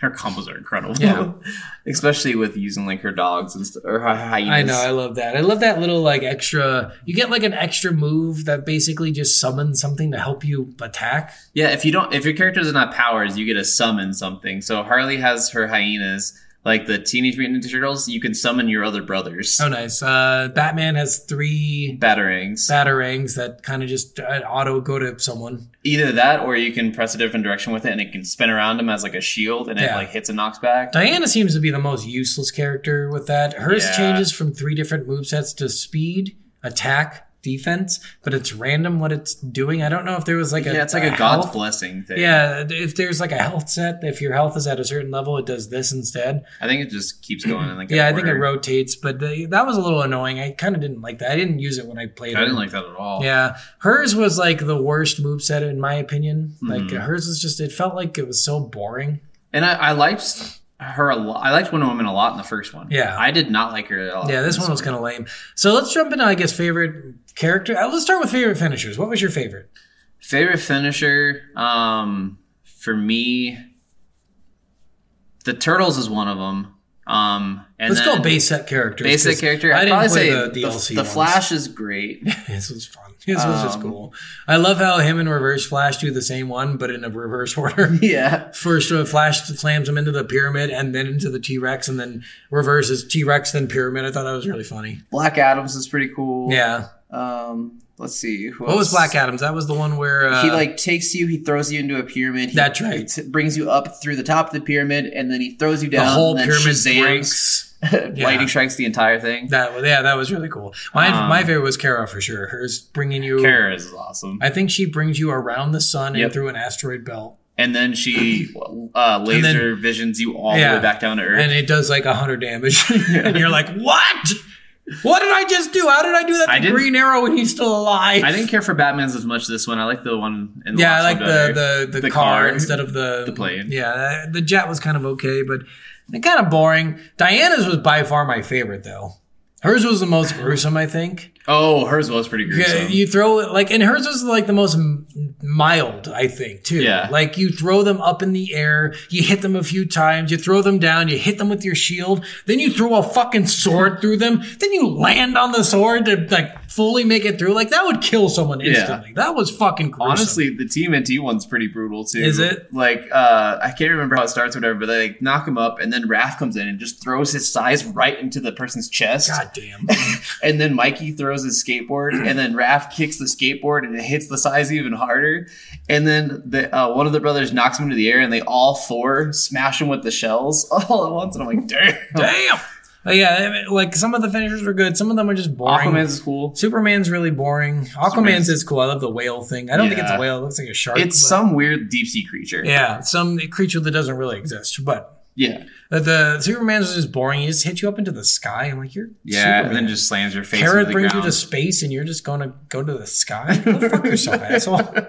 Speaker 2: her combos are incredible.
Speaker 1: Yeah.
Speaker 2: Especially with using like her dogs and st- or her hyenas.
Speaker 1: I know, I love that. I love that little like extra. You get like an extra move that basically just summons something to help you attack.
Speaker 2: Yeah, if you don't, if your character doesn't have powers, you get to summon something. So Harley has her hyenas, like the Teenage Mutant Ninja Turtles. You can summon your other brothers.
Speaker 1: Oh, nice. Uh, Batman has three
Speaker 2: Batarangs.
Speaker 1: batarangs that kind of just uh, auto go to someone.
Speaker 2: Either that, or you can press a different direction with it, and it can spin around them as like a shield, and it
Speaker 1: Yeah.
Speaker 2: like hits and knocks back.
Speaker 1: Diana seems to be the most useless character with that. Hers
Speaker 2: Yeah.
Speaker 1: changes from three different movesets to speed, attack, defense, but it's random what it's doing. I don't know if there was like a
Speaker 2: yeah, it's like a,
Speaker 1: health-
Speaker 2: God's blessing thing.
Speaker 1: Yeah, if there's like a health set, if your health is at a certain level, it does this instead.
Speaker 2: I think it just keeps going. in, Like
Speaker 1: yeah, I
Speaker 2: that
Speaker 1: think it
Speaker 2: order.
Speaker 1: rotates, but the, that was a little annoying. I kind of didn't like that. I didn't use it when I played
Speaker 2: I
Speaker 1: it.
Speaker 2: didn't like that at all.
Speaker 1: Yeah, hers was like the worst moveset in my opinion. Like
Speaker 2: Mhm.
Speaker 1: hers was just it felt like it was so boring.
Speaker 2: and I, I liked her a lot. I liked Wonder Woman a lot in the first one.
Speaker 1: Yeah.
Speaker 2: I did not like her at all.
Speaker 1: Yeah, this one was kind of lame. So let's jump into I guess favorite character. Uh, Let's start with favorite finishers. What was your favorite?
Speaker 2: Favorite finisher, um, for me, the Turtles is one of them. Um, and
Speaker 1: let's
Speaker 2: then
Speaker 1: go base set characters.
Speaker 2: basic
Speaker 1: 'cause
Speaker 2: character.
Speaker 1: I
Speaker 2: I'd
Speaker 1: didn't
Speaker 2: probably
Speaker 1: play
Speaker 2: say
Speaker 1: the
Speaker 2: the,
Speaker 1: DLC.
Speaker 2: the
Speaker 1: ones.
Speaker 2: Flash is great.
Speaker 1: This was fun. This was just
Speaker 2: Um,
Speaker 1: cool. I love how him and Reverse Flash do the same one, but in a reverse order.
Speaker 2: yeah,
Speaker 1: First, uh, Flash slams him into the pyramid and then into the T Rex, and then reverses T Rex, then pyramid. I thought that was really funny.
Speaker 2: Black Adams is pretty cool.
Speaker 1: Yeah.
Speaker 2: Um, let's see. Who
Speaker 1: What was
Speaker 2: else?
Speaker 1: Black Adams? That was the one where. Uh,
Speaker 2: he like takes you. He throws you into a pyramid. He,
Speaker 1: That's right.
Speaker 2: he t- brings you up through the top of the pyramid, and then he throws you
Speaker 1: the
Speaker 2: down.
Speaker 1: whole
Speaker 2: and then
Speaker 1: pyramid
Speaker 2: Shazams.
Speaker 1: breaks. Yeah.
Speaker 2: Lightning strikes the entire thing.
Speaker 1: That was- yeah, that was really cool. My
Speaker 2: Um,
Speaker 1: my favorite was Kara for sure. Hers bringing you.
Speaker 2: Kara is awesome.
Speaker 1: I think she brings you around the sun and
Speaker 2: Yep.
Speaker 1: through an asteroid belt,
Speaker 2: And then she uh,
Speaker 1: then-
Speaker 2: laser visions you all
Speaker 1: Yeah.
Speaker 2: the way back down to Earth.
Speaker 1: and it does like hundred damage, and you're like, what? What did I just do? How did I do that to
Speaker 2: I didn't-
Speaker 1: Green Arrow when he's still alive?
Speaker 2: I didn't care for Batman's as much this one. I like the one in the
Speaker 1: yeah, I
Speaker 2: last
Speaker 1: like
Speaker 2: one better.
Speaker 1: the, the the
Speaker 2: The
Speaker 1: car,
Speaker 2: car.
Speaker 1: instead of the
Speaker 2: The plane.
Speaker 1: Yeah, the jet was kind of okay, but kind of boring. Diana's was by far my favorite though. Hers was the most gruesome, I think.
Speaker 2: Oh, hers was pretty gruesome.
Speaker 1: Yeah, you throw it like, and hers was like the most m- mild, I think, too.
Speaker 2: Yeah.
Speaker 1: like you throw them up in the air, you hit them a few times, you throw them down, you hit them with your shield, then you throw a fucking sword through them, then you land on the sword to like fully make it through. Like that would kill someone instantly. That was fucking gruesome.
Speaker 2: Honestly, the TMNT one's pretty brutal too.
Speaker 1: Is it?
Speaker 2: Like, uh, I can't remember how it starts or whatever, but they like, knock him up, and then Raph comes in and just throws his size right into the person's chest.
Speaker 1: God damn.
Speaker 2: And then Mikey throws his skateboard, and then Raph kicks the skateboard, and it hits the size even harder. And then the, uh, one of the brothers knocks him into the air, and they all four smash him with the shells all at once. And I'm like, damn.
Speaker 1: Damn. But yeah, I mean, like some of the finishers were good. Some of them are just boring.
Speaker 2: Aquaman's is cool.
Speaker 1: Superman's really boring. Aquaman's
Speaker 2: Superman's-
Speaker 1: is cool. I love the whale thing. I don't think it's a
Speaker 2: Yeah.
Speaker 1: whale. It looks like a shark.
Speaker 2: It's
Speaker 1: but-
Speaker 2: some weird deep sea creature.
Speaker 1: yeah, some creature that doesn't really exist. But
Speaker 2: Yeah.
Speaker 1: the, the Superman's was just boring. He just hits you up into the sky. I'm like, you're
Speaker 2: Yeah.
Speaker 1: Superman.
Speaker 2: And then just slams your face.
Speaker 1: Kara
Speaker 2: into the
Speaker 1: brings
Speaker 2: ground.
Speaker 1: you to space, and you're just going to go to the sky. Go fuck yourself, asshole.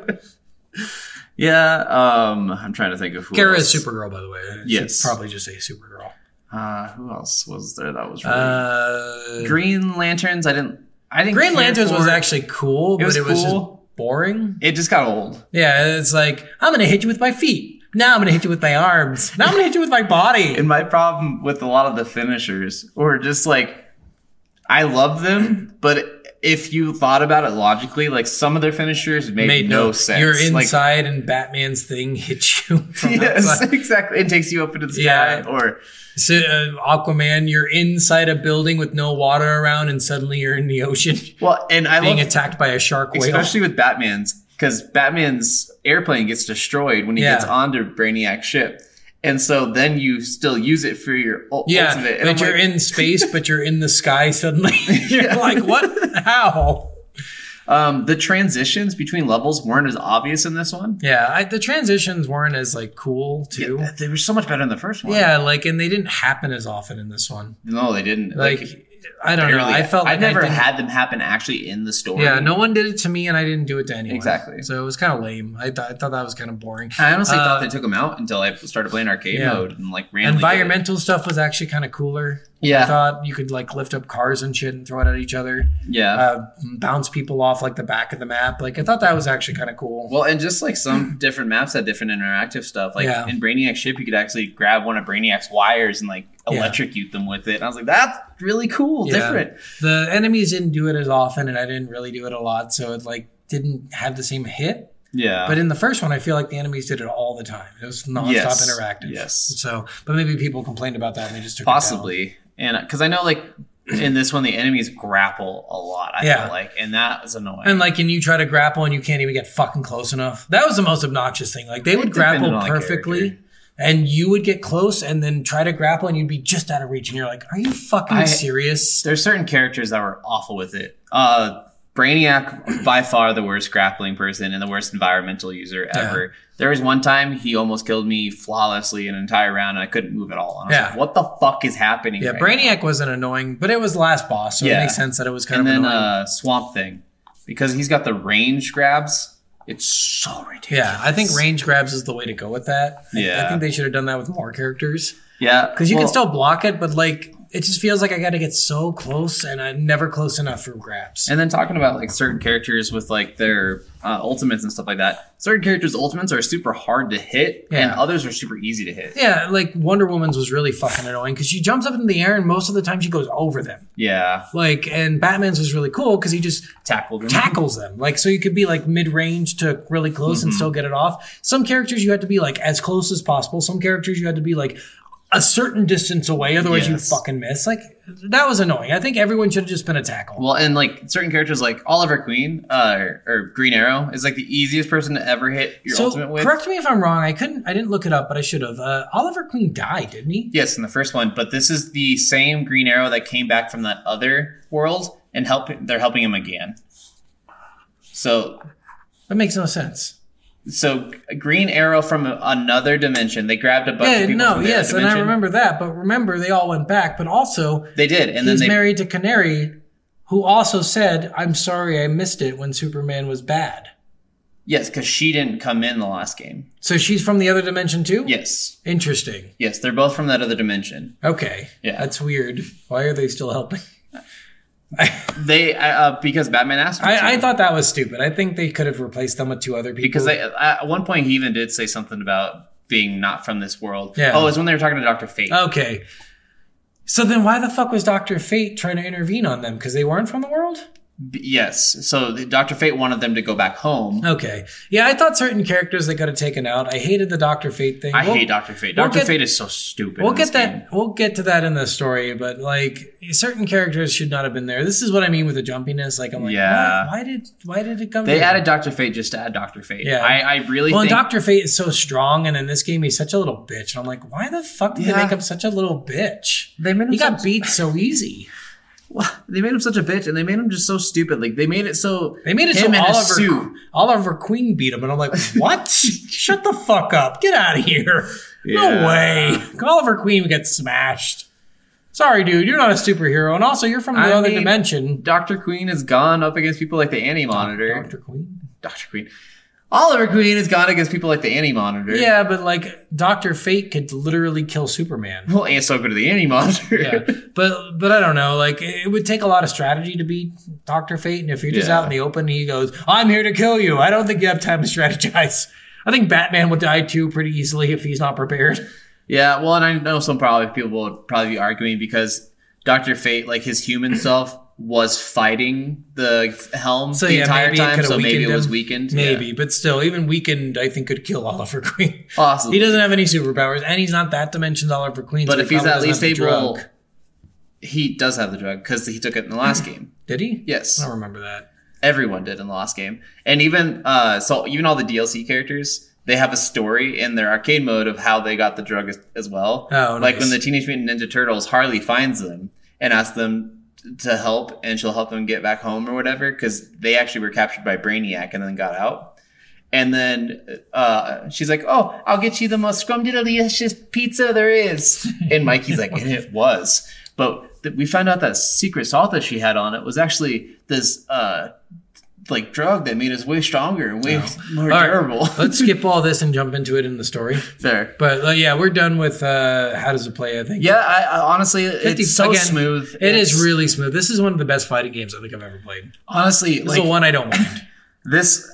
Speaker 2: Yeah. Um, I'm trying to think of who.
Speaker 1: Kara
Speaker 2: else.
Speaker 1: is Supergirl, by the way. I should
Speaker 2: Yes.
Speaker 1: probably just say Supergirl.
Speaker 2: Uh, who else was there? That was really
Speaker 1: Uh, Green,
Speaker 2: Green Lanterns. I didn't. I didn't. care
Speaker 1: Lanterns
Speaker 2: for
Speaker 1: was
Speaker 2: it.
Speaker 1: actually cool,
Speaker 2: It was
Speaker 1: but it was
Speaker 2: cool.
Speaker 1: just boring.
Speaker 2: It just got old.
Speaker 1: Yeah, it's like, I'm going to hit you with my feet. Now I'm going to hit you with my arms. Now I'm going to hit you with my body.
Speaker 2: And my problem with a lot of the finishers were just like, I love them, but if you thought about it logically, like some of their finishers made, no, sense.
Speaker 1: You're
Speaker 2: Like,
Speaker 1: inside and Batman's thing hits you from
Speaker 2: yes,
Speaker 1: outside.
Speaker 2: exactly. It takes you up into the sky,
Speaker 1: Yeah.
Speaker 2: or
Speaker 1: So, uh, Aquaman, you're inside a building with no water around and suddenly you're in the ocean
Speaker 2: well, and I
Speaker 1: being
Speaker 2: love
Speaker 1: attacked by a shark whale.
Speaker 2: especially with Batman's, because Batman's airplane gets destroyed when he
Speaker 1: Yeah.
Speaker 2: gets onto Brainiac's ship, and so then you still use it for your ul-
Speaker 1: yeah,
Speaker 2: ultimate. And
Speaker 1: but
Speaker 2: I'm
Speaker 1: you're
Speaker 2: like,
Speaker 1: in space, but you're in the sky suddenly. you're
Speaker 2: Yeah.
Speaker 1: like, what? How?
Speaker 2: um, the transitions between levels weren't as obvious in this one.
Speaker 1: Yeah, I, the transitions weren't as like cool too.
Speaker 2: Yeah, they were so much better in the first one.
Speaker 1: yeah, like, and they didn't happen as often in this one.
Speaker 2: no, they didn't.
Speaker 1: like, I don't know.
Speaker 2: barely.
Speaker 1: I felt like
Speaker 2: I've never
Speaker 1: didn't-
Speaker 2: had them happen actually in the story.
Speaker 1: Yeah, no one did it to me, and I didn't do it to anyone.
Speaker 2: Exactly.
Speaker 1: So it was kind of lame. I, thought I thought that was kind of boring.
Speaker 2: I honestly
Speaker 1: Uh,
Speaker 2: thought they took them out until I started playing arcade
Speaker 1: yeah.
Speaker 2: mode and like randomly. did it.
Speaker 1: Environmental stuff was actually kind of cooler. I
Speaker 2: Yeah.
Speaker 1: thought you could like lift up cars and shit and throw it at each other,
Speaker 2: Yeah.
Speaker 1: uh, bounce people off like the back of the map. Like I thought that was actually kind of cool.
Speaker 2: well, and just like some different maps had different interactive stuff. Like
Speaker 1: Yeah.
Speaker 2: in Brainiac Ship, you could actually grab one of Brainiac's wires and like
Speaker 1: Yeah.
Speaker 2: electrocute them with it. And I was like, that's really cool,
Speaker 1: Yeah.
Speaker 2: different.
Speaker 1: The enemies didn't do it as often, and I didn't really do it a lot, so it like didn't have the same hit.
Speaker 2: Yeah.
Speaker 1: But in the first one, I feel like the enemies did it all the time. It was nonstop
Speaker 2: Yes.
Speaker 1: interactive.
Speaker 2: Yes.
Speaker 1: So, but maybe people complained about that and they just took it down.
Speaker 2: possibly and because i know like in this one the enemies grapple a lot i
Speaker 1: Yeah.
Speaker 2: feel like and that is annoying
Speaker 1: And like, and you try to grapple and you can't even get fucking close enough. That was the most obnoxious thing. Like, they would
Speaker 2: depended
Speaker 1: grapple
Speaker 2: on the
Speaker 1: perfectly,
Speaker 2: character.
Speaker 1: and you would get close and then try to grapple, and you'd be just out of reach. And you're like, "Are you fucking
Speaker 2: I-
Speaker 1: serious?"
Speaker 2: there's certain characters that were awful with it uh brainiac by far the worst grappling person and the worst environmental user
Speaker 1: Yeah.
Speaker 2: ever there was one time he almost killed me flawlessly an entire round and i couldn't move at all and I was
Speaker 1: Yeah.
Speaker 2: like, what the fuck is happening
Speaker 1: Yeah,
Speaker 2: right now?
Speaker 1: Brainiac wasn't annoying, but it was last boss, so it
Speaker 2: Yeah.
Speaker 1: makes sense that it was kind
Speaker 2: and
Speaker 1: of
Speaker 2: then
Speaker 1: annoying.
Speaker 2: uh swamp thing because he's got the range grabs it's so ridiculous
Speaker 1: yeah, I think range grabs is the way to go with that. I- I
Speaker 2: Yeah.
Speaker 1: think they should have done that with more characters.
Speaker 2: yeah
Speaker 1: Because you
Speaker 2: well-
Speaker 1: can still block it, but like it just feels like I got to get so close, and I'm never close enough for grabs.
Speaker 2: And then talking about like certain characters with like their uh, ultimates and stuff like that. Certain characters' ultimates are super hard to hit, and
Speaker 1: Yeah.
Speaker 2: others are super easy to hit.
Speaker 1: yeah, like Wonder Woman's was really fucking annoying because she jumps up in the air, and most of the time she goes over them.
Speaker 2: Yeah,
Speaker 1: Like, and Batman's was really cool because he just
Speaker 2: tackled them.
Speaker 1: tackles them. Like, so you could be like mid range to really close
Speaker 2: Mm-hmm.
Speaker 1: and still get it off. Some characters you had to be like as close as possible. Some characters you had to be like a certain distance away, otherwise
Speaker 2: Yes.
Speaker 1: you fucking miss. Like, that was annoying. I think everyone should have just been a tackle.
Speaker 2: well, and like certain characters, like Oliver Queen uh, or, or Green Arrow, is like the easiest person to ever hit your ultimate with.
Speaker 1: correct me if I'm wrong. I couldn't. I didn't look it up, but I should have. Uh, Oliver Queen died, didn't he?
Speaker 2: Yes, in the first one, but this is the same Green Arrow that came back from that other world and help. They're helping him again. So
Speaker 1: That makes no sense.
Speaker 2: so Green Arrow from another dimension. They grabbed a bunch of
Speaker 1: Yeah,
Speaker 2: people.
Speaker 1: no,
Speaker 2: from the
Speaker 1: yes,
Speaker 2: other
Speaker 1: and I
Speaker 2: dimension.
Speaker 1: remember that. But remember, they all went back. But also,
Speaker 2: They did, and then
Speaker 1: he's
Speaker 2: they
Speaker 1: married to Canary, who also said, "I'm sorry, I missed it when Superman was bad."
Speaker 2: Yes, because she didn't come in the last game.
Speaker 1: So she's from the other dimension too.
Speaker 2: Yes.
Speaker 1: Interesting.
Speaker 2: Yes, they're both from that other dimension.
Speaker 1: Okay.
Speaker 2: Yeah.
Speaker 1: That's weird. Why are they still helping?
Speaker 2: They uh, because Batman asked. them to.
Speaker 1: I, I thought that was stupid. I think they could have replaced them with two other people.
Speaker 2: because they, at one point he even did say something about being not from this world.
Speaker 1: Yeah.
Speaker 2: Oh, it was when they were talking to Doctor Fate.
Speaker 1: Okay. So then why the fuck was Dr. Fate trying to intervene on them? Because they weren't from the world?
Speaker 2: B- yes. So Doctor Fate wanted them to go back home.
Speaker 1: Okay. Yeah, I thought certain characters they could have taken out. I hated the Dr. Fate thing.
Speaker 2: I
Speaker 1: We'll-
Speaker 2: hate Doctor Fate.
Speaker 1: we'll
Speaker 2: Doctor
Speaker 1: get-
Speaker 2: Fate is so stupid.
Speaker 1: We'll
Speaker 2: in
Speaker 1: get
Speaker 2: this
Speaker 1: that
Speaker 2: game.
Speaker 1: we'll get to that in the story, but like certain characters should not have been there. This is what I mean with the jumpiness. Like I'm like,
Speaker 2: Yeah.
Speaker 1: why, why did why did it come
Speaker 2: They
Speaker 1: here?
Speaker 2: added Doctor Fate just to add Doctor Fate.
Speaker 1: Yeah.
Speaker 2: I, I really
Speaker 1: Well, and
Speaker 2: think
Speaker 1: Dr. Fate is so strong, and in this game, he's such a little bitch. And I'm like, why the fuck did they
Speaker 2: Yeah.
Speaker 1: make him such a little bitch?
Speaker 2: they made him
Speaker 1: He got
Speaker 2: such-
Speaker 1: beat so easy.
Speaker 2: they made him such a bitch, and they made him just so stupid. Like they made it so
Speaker 1: They made it
Speaker 2: him
Speaker 1: so
Speaker 2: in a
Speaker 1: Oliver,
Speaker 2: suit.
Speaker 1: Oliver Queen beat him, and I'm like, what? Shut the fuck up! Get out of here! No
Speaker 2: Yeah.
Speaker 1: way! Oliver Queen gets smashed. Sorry, dude, you're not a superhero, and also you're from the
Speaker 2: I
Speaker 1: other
Speaker 2: mean-
Speaker 1: dimension.
Speaker 2: Dr. Queen has gone up against people like the Annie Monitor.
Speaker 1: Doctor Queen.
Speaker 2: Dr. Queen. Oliver Queen has gone against people like the Annie Monitor.
Speaker 1: Yeah, but like Doctor Fate could literally kill Superman.
Speaker 2: Well, and so could the Annie Monitor.
Speaker 1: yeah, but but I don't know. Like it would take a lot of strategy to beat Doctor Fate, and if you're just
Speaker 2: Yeah.
Speaker 1: out in the open, he goes, "I'm here to kill you." I don't think you have time to strategize. I think Batman would die too pretty easily if he's not prepared.
Speaker 2: Yeah, well, and I know some probably people will probably be arguing because Dr. Fate, like his human self, was fighting the f- helm
Speaker 1: So,
Speaker 2: the
Speaker 1: yeah,
Speaker 2: entire
Speaker 1: maybe it
Speaker 2: time,
Speaker 1: could've
Speaker 2: so maybe
Speaker 1: weakened
Speaker 2: it was
Speaker 1: him.
Speaker 2: weakened.
Speaker 1: Maybe,
Speaker 2: Yeah.
Speaker 1: but still, even weakened, I think could kill Oliver Queen.
Speaker 2: Possibly.
Speaker 1: He doesn't have any superpowers, and he's not that dimension's Oliver Queen. so
Speaker 2: but
Speaker 1: he
Speaker 2: if he's
Speaker 1: probably
Speaker 2: at
Speaker 1: doesn't
Speaker 2: least
Speaker 1: have the
Speaker 2: able.
Speaker 1: drug.
Speaker 2: He does have the drug because he took it in the last game.
Speaker 1: did he?
Speaker 2: Yes.
Speaker 1: I don't remember that.
Speaker 2: everyone did in the last game and even uh so even all the dlc characters they have a story in their arcade mode of how they got the drug as, as well
Speaker 1: Oh,
Speaker 2: like
Speaker 1: nice.
Speaker 2: when the teenage mutant ninja turtles harley finds them and asks them t- to help and she'll help them get back home or whatever because they actually were captured by brainiac and then got out and then uh, she's like, "Oh, I'll get you the most scrumdiddlyicious pizza there is." And Mikey's like, "And "It was." But th- we found out that secret salt that she had on it was actually this uh, like drug that made us way stronger and way more
Speaker 1: All right,
Speaker 2: durable.
Speaker 1: let's skip all this and jump into it in the story.
Speaker 2: Fair.
Speaker 1: But uh, yeah, we're done with uh, how does it play? I think.
Speaker 2: Yeah, I, I honestly, it's so
Speaker 1: again,
Speaker 2: smooth.
Speaker 1: It
Speaker 2: it's,
Speaker 1: is really smooth. This is one of the best fighting games I think I've ever played.
Speaker 2: honestly
Speaker 1: This
Speaker 2: like
Speaker 1: is the one I don't mind.
Speaker 2: this.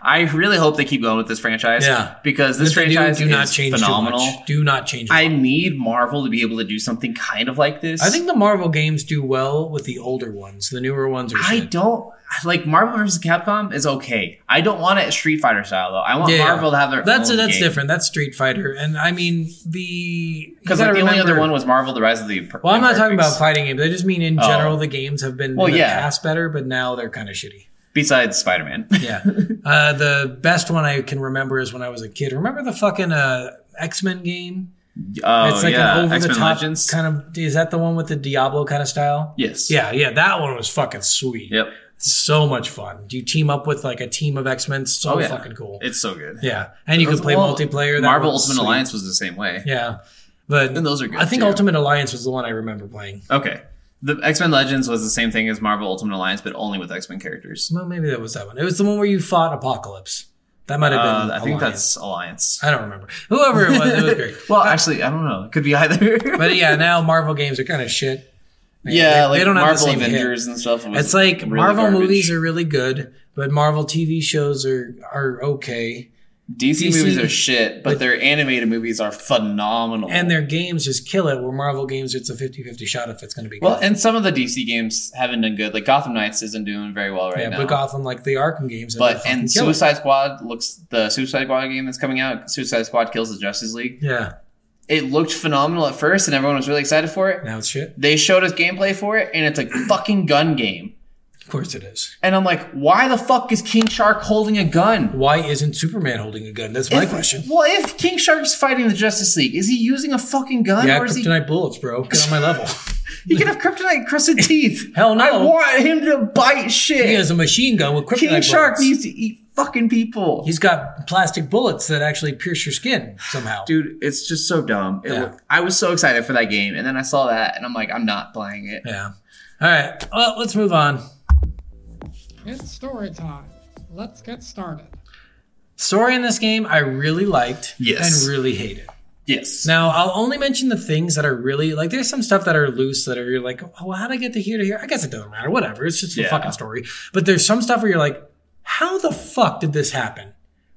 Speaker 2: I really hope they keep going with this franchise.
Speaker 1: Yeah.
Speaker 2: because this
Speaker 1: If they do,
Speaker 2: franchise
Speaker 1: do not
Speaker 2: is
Speaker 1: change
Speaker 2: phenomenal.
Speaker 1: too much. Do not change.
Speaker 2: I
Speaker 1: I,
Speaker 2: need Marvel to be able to do something kind of like this.
Speaker 1: I think the Marvel games do well with the older ones. The newer ones are.
Speaker 2: I
Speaker 1: shit.
Speaker 2: don't like Marvel versus Capcom is okay. I don't want it Street Fighter style though. I want
Speaker 1: Yeah, yeah.
Speaker 2: Marvel to have their
Speaker 1: That's
Speaker 2: own
Speaker 1: that's
Speaker 2: game.
Speaker 1: different. That's Street Fighter, and I mean the
Speaker 2: because
Speaker 1: you gotta
Speaker 2: like, the only
Speaker 1: remember-
Speaker 2: other one was Marvel: The Rise of the.
Speaker 1: Well, I'm not talking
Speaker 2: Imperfects.
Speaker 1: about fighting games. I just mean in
Speaker 2: Oh.
Speaker 1: general, the games have been
Speaker 2: Well,
Speaker 1: in the
Speaker 2: yeah.
Speaker 1: past better, but now they're kind of shitty.
Speaker 2: besides Spider Man.
Speaker 1: Yeah. uh, the best one I can remember is when I was a kid. Remember the fucking uh, X Men game?
Speaker 2: Oh
Speaker 1: it's like
Speaker 2: yeah,
Speaker 1: an over
Speaker 2: X-Men
Speaker 1: the top
Speaker 2: Legends.
Speaker 1: kind of. Is that the one with the Diablo kind of style?
Speaker 2: yes.
Speaker 1: Yeah, yeah, that one was fucking sweet.
Speaker 2: Yep.
Speaker 1: So much fun. You team up with like a team of X Men. So
Speaker 2: Oh, yeah.
Speaker 1: fucking cool.
Speaker 2: It's so good.
Speaker 1: yeah, and you could play
Speaker 2: Well,
Speaker 1: multiplayer. That
Speaker 2: Marvel
Speaker 1: one was
Speaker 2: Ultimate
Speaker 1: sweet.
Speaker 2: Alliance was the same way.
Speaker 1: Yeah, but
Speaker 2: And those are good,
Speaker 1: I think
Speaker 2: too.
Speaker 1: Ultimate Alliance was the one I remember playing.
Speaker 2: Okay. The X Men Legends was the same thing as Marvel Ultimate Alliance, but only with X Men characters.
Speaker 1: Well, maybe that was that one. It was the one where you fought Apocalypse. That might have
Speaker 2: Uh,
Speaker 1: been.
Speaker 2: I
Speaker 1: Alliance.
Speaker 2: think that's Alliance.
Speaker 1: I don't remember. Whoever it was, it was great.
Speaker 2: Well, actually, I don't know. It could be either.
Speaker 1: But yeah, now Marvel games are kind of shit. They-
Speaker 2: yeah,
Speaker 1: they-
Speaker 2: like
Speaker 1: they don't have the
Speaker 2: Marvel
Speaker 1: same hit.
Speaker 2: Avengers and stuff. was
Speaker 1: It's like
Speaker 2: really
Speaker 1: Marvel
Speaker 2: garbage.
Speaker 1: movies are really good, but Marvel TV shows are are okay,
Speaker 2: DC,
Speaker 1: DC
Speaker 2: movies are shit, but
Speaker 1: but-
Speaker 2: their animated movies are phenomenal.
Speaker 1: and their games just kill it. Where Marvel games, it's a 50-50 shot if it's going to be good.
Speaker 2: well, and some of the DC games haven't done good. Like Gotham Knights isn't doing very well right
Speaker 1: yeah,
Speaker 2: now.
Speaker 1: but Gotham, like the Arkham games,
Speaker 2: But-
Speaker 1: they fucking
Speaker 2: and
Speaker 1: kill it.
Speaker 2: Suicide Squad looks the Suicide Squad game that's coming out. Suicide Squad kills the Justice League.
Speaker 1: yeah,
Speaker 2: It looked phenomenal at first, and everyone was really excited for it.
Speaker 1: now it's shit.
Speaker 2: They showed us gameplay for it, and it's a fucking gun game.
Speaker 1: Of course it is.
Speaker 2: And I'm like, why the fuck is King Shark holding a gun?
Speaker 1: Why isn't Superman holding a gun? That's my
Speaker 2: If-
Speaker 1: question.
Speaker 2: Well, if King Shark's fighting the Justice League, is he using a fucking gun?
Speaker 1: Yeah,
Speaker 2: or is he
Speaker 1: kryptonite bullets, bro. Get on my level.
Speaker 2: He can have kryptonite crusted teeth.
Speaker 1: Hell no.
Speaker 2: I want him to bite shit.
Speaker 1: He has a machine gun with kryptonite
Speaker 2: King Shark
Speaker 1: bullets.
Speaker 2: needs to eat fucking people.
Speaker 1: He's got plastic bullets that actually pierce your skin somehow.
Speaker 2: Dude, it's just so dumb. It
Speaker 1: Yeah.
Speaker 2: look- I was so excited for that game, and then I saw that, and I'm like, I'm not playing it.
Speaker 1: Yeah. All right. Well, let's move on.
Speaker 5: It's story time. Let's get started.
Speaker 1: Story in this game I really liked
Speaker 2: Yes.
Speaker 1: and really hated.
Speaker 2: Yes.
Speaker 1: Now I'll only mention the things that are really like. There's some stuff that are loose that are you're like, oh, how did I get to here to here? I guess it doesn't matter. Whatever. It's just a
Speaker 2: Yeah.
Speaker 1: fucking story. But there's some stuff where you're like, how the fuck did this happen?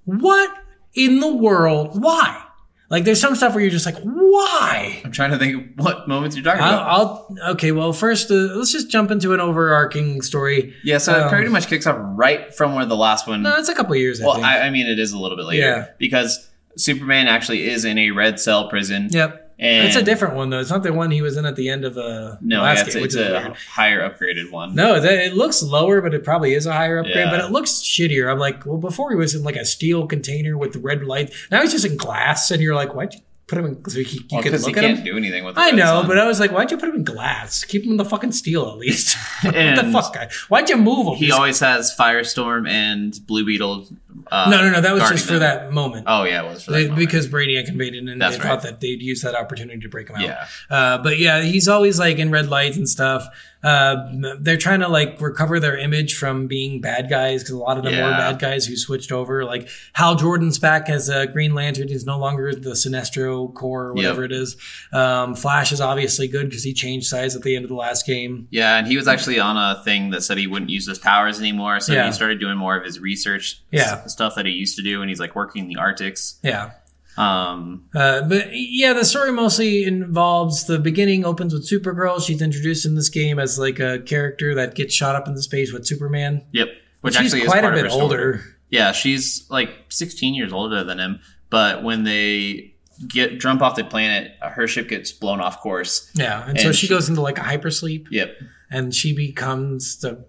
Speaker 1: What in the world? Why? Like there's some stuff where you're just like, why?
Speaker 2: I'm trying to think of what moments you're talking about.
Speaker 1: I'll, I'll okay. Well, first uh, let's just jump into an overarching story.
Speaker 2: yeah, so it
Speaker 1: um,
Speaker 2: pretty much kicks off right from where the last one.
Speaker 1: No, it's a couple of years. I
Speaker 2: well,
Speaker 1: think.
Speaker 2: I, I mean, it is a little bit later
Speaker 1: Yeah.
Speaker 2: because Superman actually is in a red cell prison.
Speaker 1: yep.
Speaker 2: And
Speaker 1: it's a different one though. It's not the one he was in at the end of uh,
Speaker 2: No,
Speaker 1: last
Speaker 2: yeah,
Speaker 1: game,
Speaker 2: it's,
Speaker 1: which
Speaker 2: it's
Speaker 1: is
Speaker 2: a
Speaker 1: weird.
Speaker 2: higher upgraded one.
Speaker 1: No, that, it looks lower, but it probably is a higher upgrade.
Speaker 2: Yeah.
Speaker 1: But it looks shittier. I'm like, well, before he was in like a steel container with red light. Now he's just in glass, and you're like, why'd you put him in? So he, you
Speaker 2: Well,
Speaker 1: could
Speaker 2: 'cause
Speaker 1: look
Speaker 2: he
Speaker 1: at
Speaker 2: can't
Speaker 1: him.
Speaker 2: do anything with. the
Speaker 1: I
Speaker 2: red
Speaker 1: know,
Speaker 2: sun.
Speaker 1: but I was like, why'd you put him in glass? Keep him in the fucking steel at least. what the
Speaker 2: And-
Speaker 1: fuck, guy? Why'd you move him?
Speaker 2: He
Speaker 1: He's-
Speaker 2: always has Firestorm and Blue Beetle. Uh,
Speaker 1: no, no, no. That was
Speaker 2: guarding
Speaker 1: just for
Speaker 2: them.
Speaker 1: that moment.
Speaker 2: Oh yeah, it was for that.
Speaker 1: They-
Speaker 2: moment.
Speaker 1: because Brainiac invaded and
Speaker 2: That's
Speaker 1: they
Speaker 2: right.
Speaker 1: thought that they'd use that opportunity to break him out.
Speaker 2: Yeah.
Speaker 1: Uh, but yeah, he's always like in red lights and stuff. Uh, they're trying to like recover their image from being bad guys because a lot of them were
Speaker 2: Yeah.
Speaker 1: bad guys who switched over. Like Hal Jordan's back as a Green Lantern. He's no longer the Sinestro Corps or whatever
Speaker 2: Yep.
Speaker 1: it is. Um, Flash is obviously good because he changed sides at the end of the last game.
Speaker 2: yeah, and he was actually on a thing that said he wouldn't use his powers anymore, so
Speaker 1: Yeah.
Speaker 2: he started doing more of his research
Speaker 1: Yeah.
Speaker 2: s- stuff that he used to do, and he's like working the Arctics.
Speaker 1: Yeah.
Speaker 2: Um,
Speaker 1: Uh, but yeah, the story mostly involves the beginning opens with Supergirl. She's introduced in this game as like a character that gets shot up into space with Superman.
Speaker 2: yep, which
Speaker 1: She's
Speaker 2: actually
Speaker 1: quite
Speaker 2: is part
Speaker 1: a bit
Speaker 2: of her story.
Speaker 1: older.
Speaker 2: Yeah, she's like 16 years older than him, but when they get jump off the planet, her ship gets blown off course.
Speaker 1: Yeah, and, so
Speaker 2: And
Speaker 1: she,
Speaker 2: she-
Speaker 1: goes into like a hypersleep,
Speaker 2: Yep.
Speaker 1: and she becomes the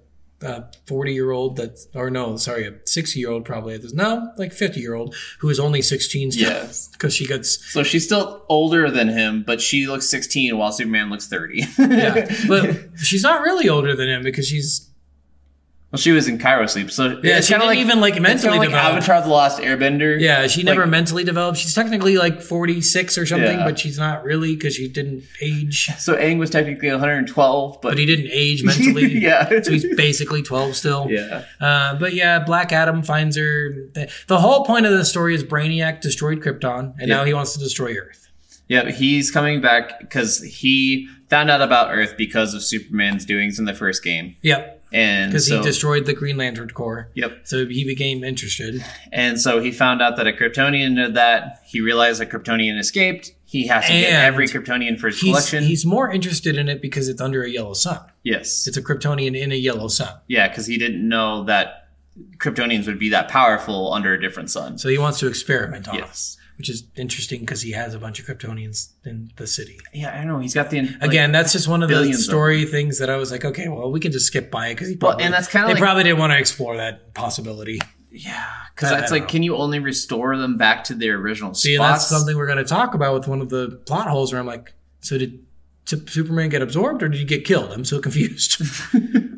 Speaker 1: forty-year-old that, or no, sorry, a sixty-year-old probably. There's no like fifty-year-old who is only sixteen.
Speaker 2: Yeah.
Speaker 1: because she gets.
Speaker 2: So she's still older than him, but she looks 16 while Superman looks 30.
Speaker 1: Yeah, but she's not really older than him because she's
Speaker 2: Well, she was in Cairo sleep, so
Speaker 1: Yeah,
Speaker 2: it's
Speaker 1: she
Speaker 2: kinda
Speaker 1: didn't
Speaker 2: like,
Speaker 1: even like
Speaker 2: it's kinda
Speaker 1: mentally
Speaker 2: like
Speaker 1: develop.
Speaker 2: Avatar: The Last Airbender.
Speaker 1: Yeah, she never
Speaker 2: Like-
Speaker 1: mentally developed. She's technically like 46 or something,
Speaker 2: Yeah.
Speaker 1: but she's not really because she didn't age.
Speaker 2: So Aang was technically 112, but,
Speaker 1: But he didn't age mentally.
Speaker 2: yeah.
Speaker 1: So he's basically 12 still.
Speaker 2: yeah.
Speaker 1: Uh, but yeah, Black Adam finds her. The, the whole point of the story is Brainiac destroyed Krypton, and now
Speaker 2: Yeah.
Speaker 1: he wants to destroy Earth.
Speaker 2: Yeah, but he's coming back because he found out about Earth because of Superman's doings in the first game,
Speaker 1: Yep,
Speaker 2: and
Speaker 1: because
Speaker 2: so
Speaker 1: he destroyed the Green Lantern Corps.
Speaker 2: yep,
Speaker 1: So he became interested.
Speaker 2: and so he found out that a Kryptonian did that. He realized a Kryptonian escaped. He has to get
Speaker 1: And
Speaker 2: every Kryptonian for his
Speaker 1: He's,
Speaker 2: collection.
Speaker 1: he's more interested in it because it's under a yellow sun.
Speaker 2: yes,
Speaker 1: It's a Kryptonian in a yellow sun.
Speaker 2: yeah, because he didn't know that Kryptonians would be that powerful under a different sun.
Speaker 1: So he wants to experiment on it,
Speaker 2: yes,
Speaker 1: which is interesting because he has a bunch of Kryptonians in the city.
Speaker 2: yeah, I know. He's got the like,
Speaker 1: Again, that's just one of the
Speaker 2: billions of
Speaker 1: story things that I was like, okay, well, we can just skip by it because he
Speaker 2: Well,
Speaker 1: probably
Speaker 2: and that's kinda
Speaker 1: they
Speaker 2: like-
Speaker 1: probably didn't want to explore that possibility.
Speaker 2: Yeah, because
Speaker 1: I- I
Speaker 2: that's
Speaker 1: don't
Speaker 2: like,
Speaker 1: know.
Speaker 2: can you only restore them back to their original
Speaker 1: See, and
Speaker 2: spots?
Speaker 1: that's something we're going to talk about with one of the plot holes where I'm like, so did Su- Superman get absorbed or did he get killed? I'm so confused.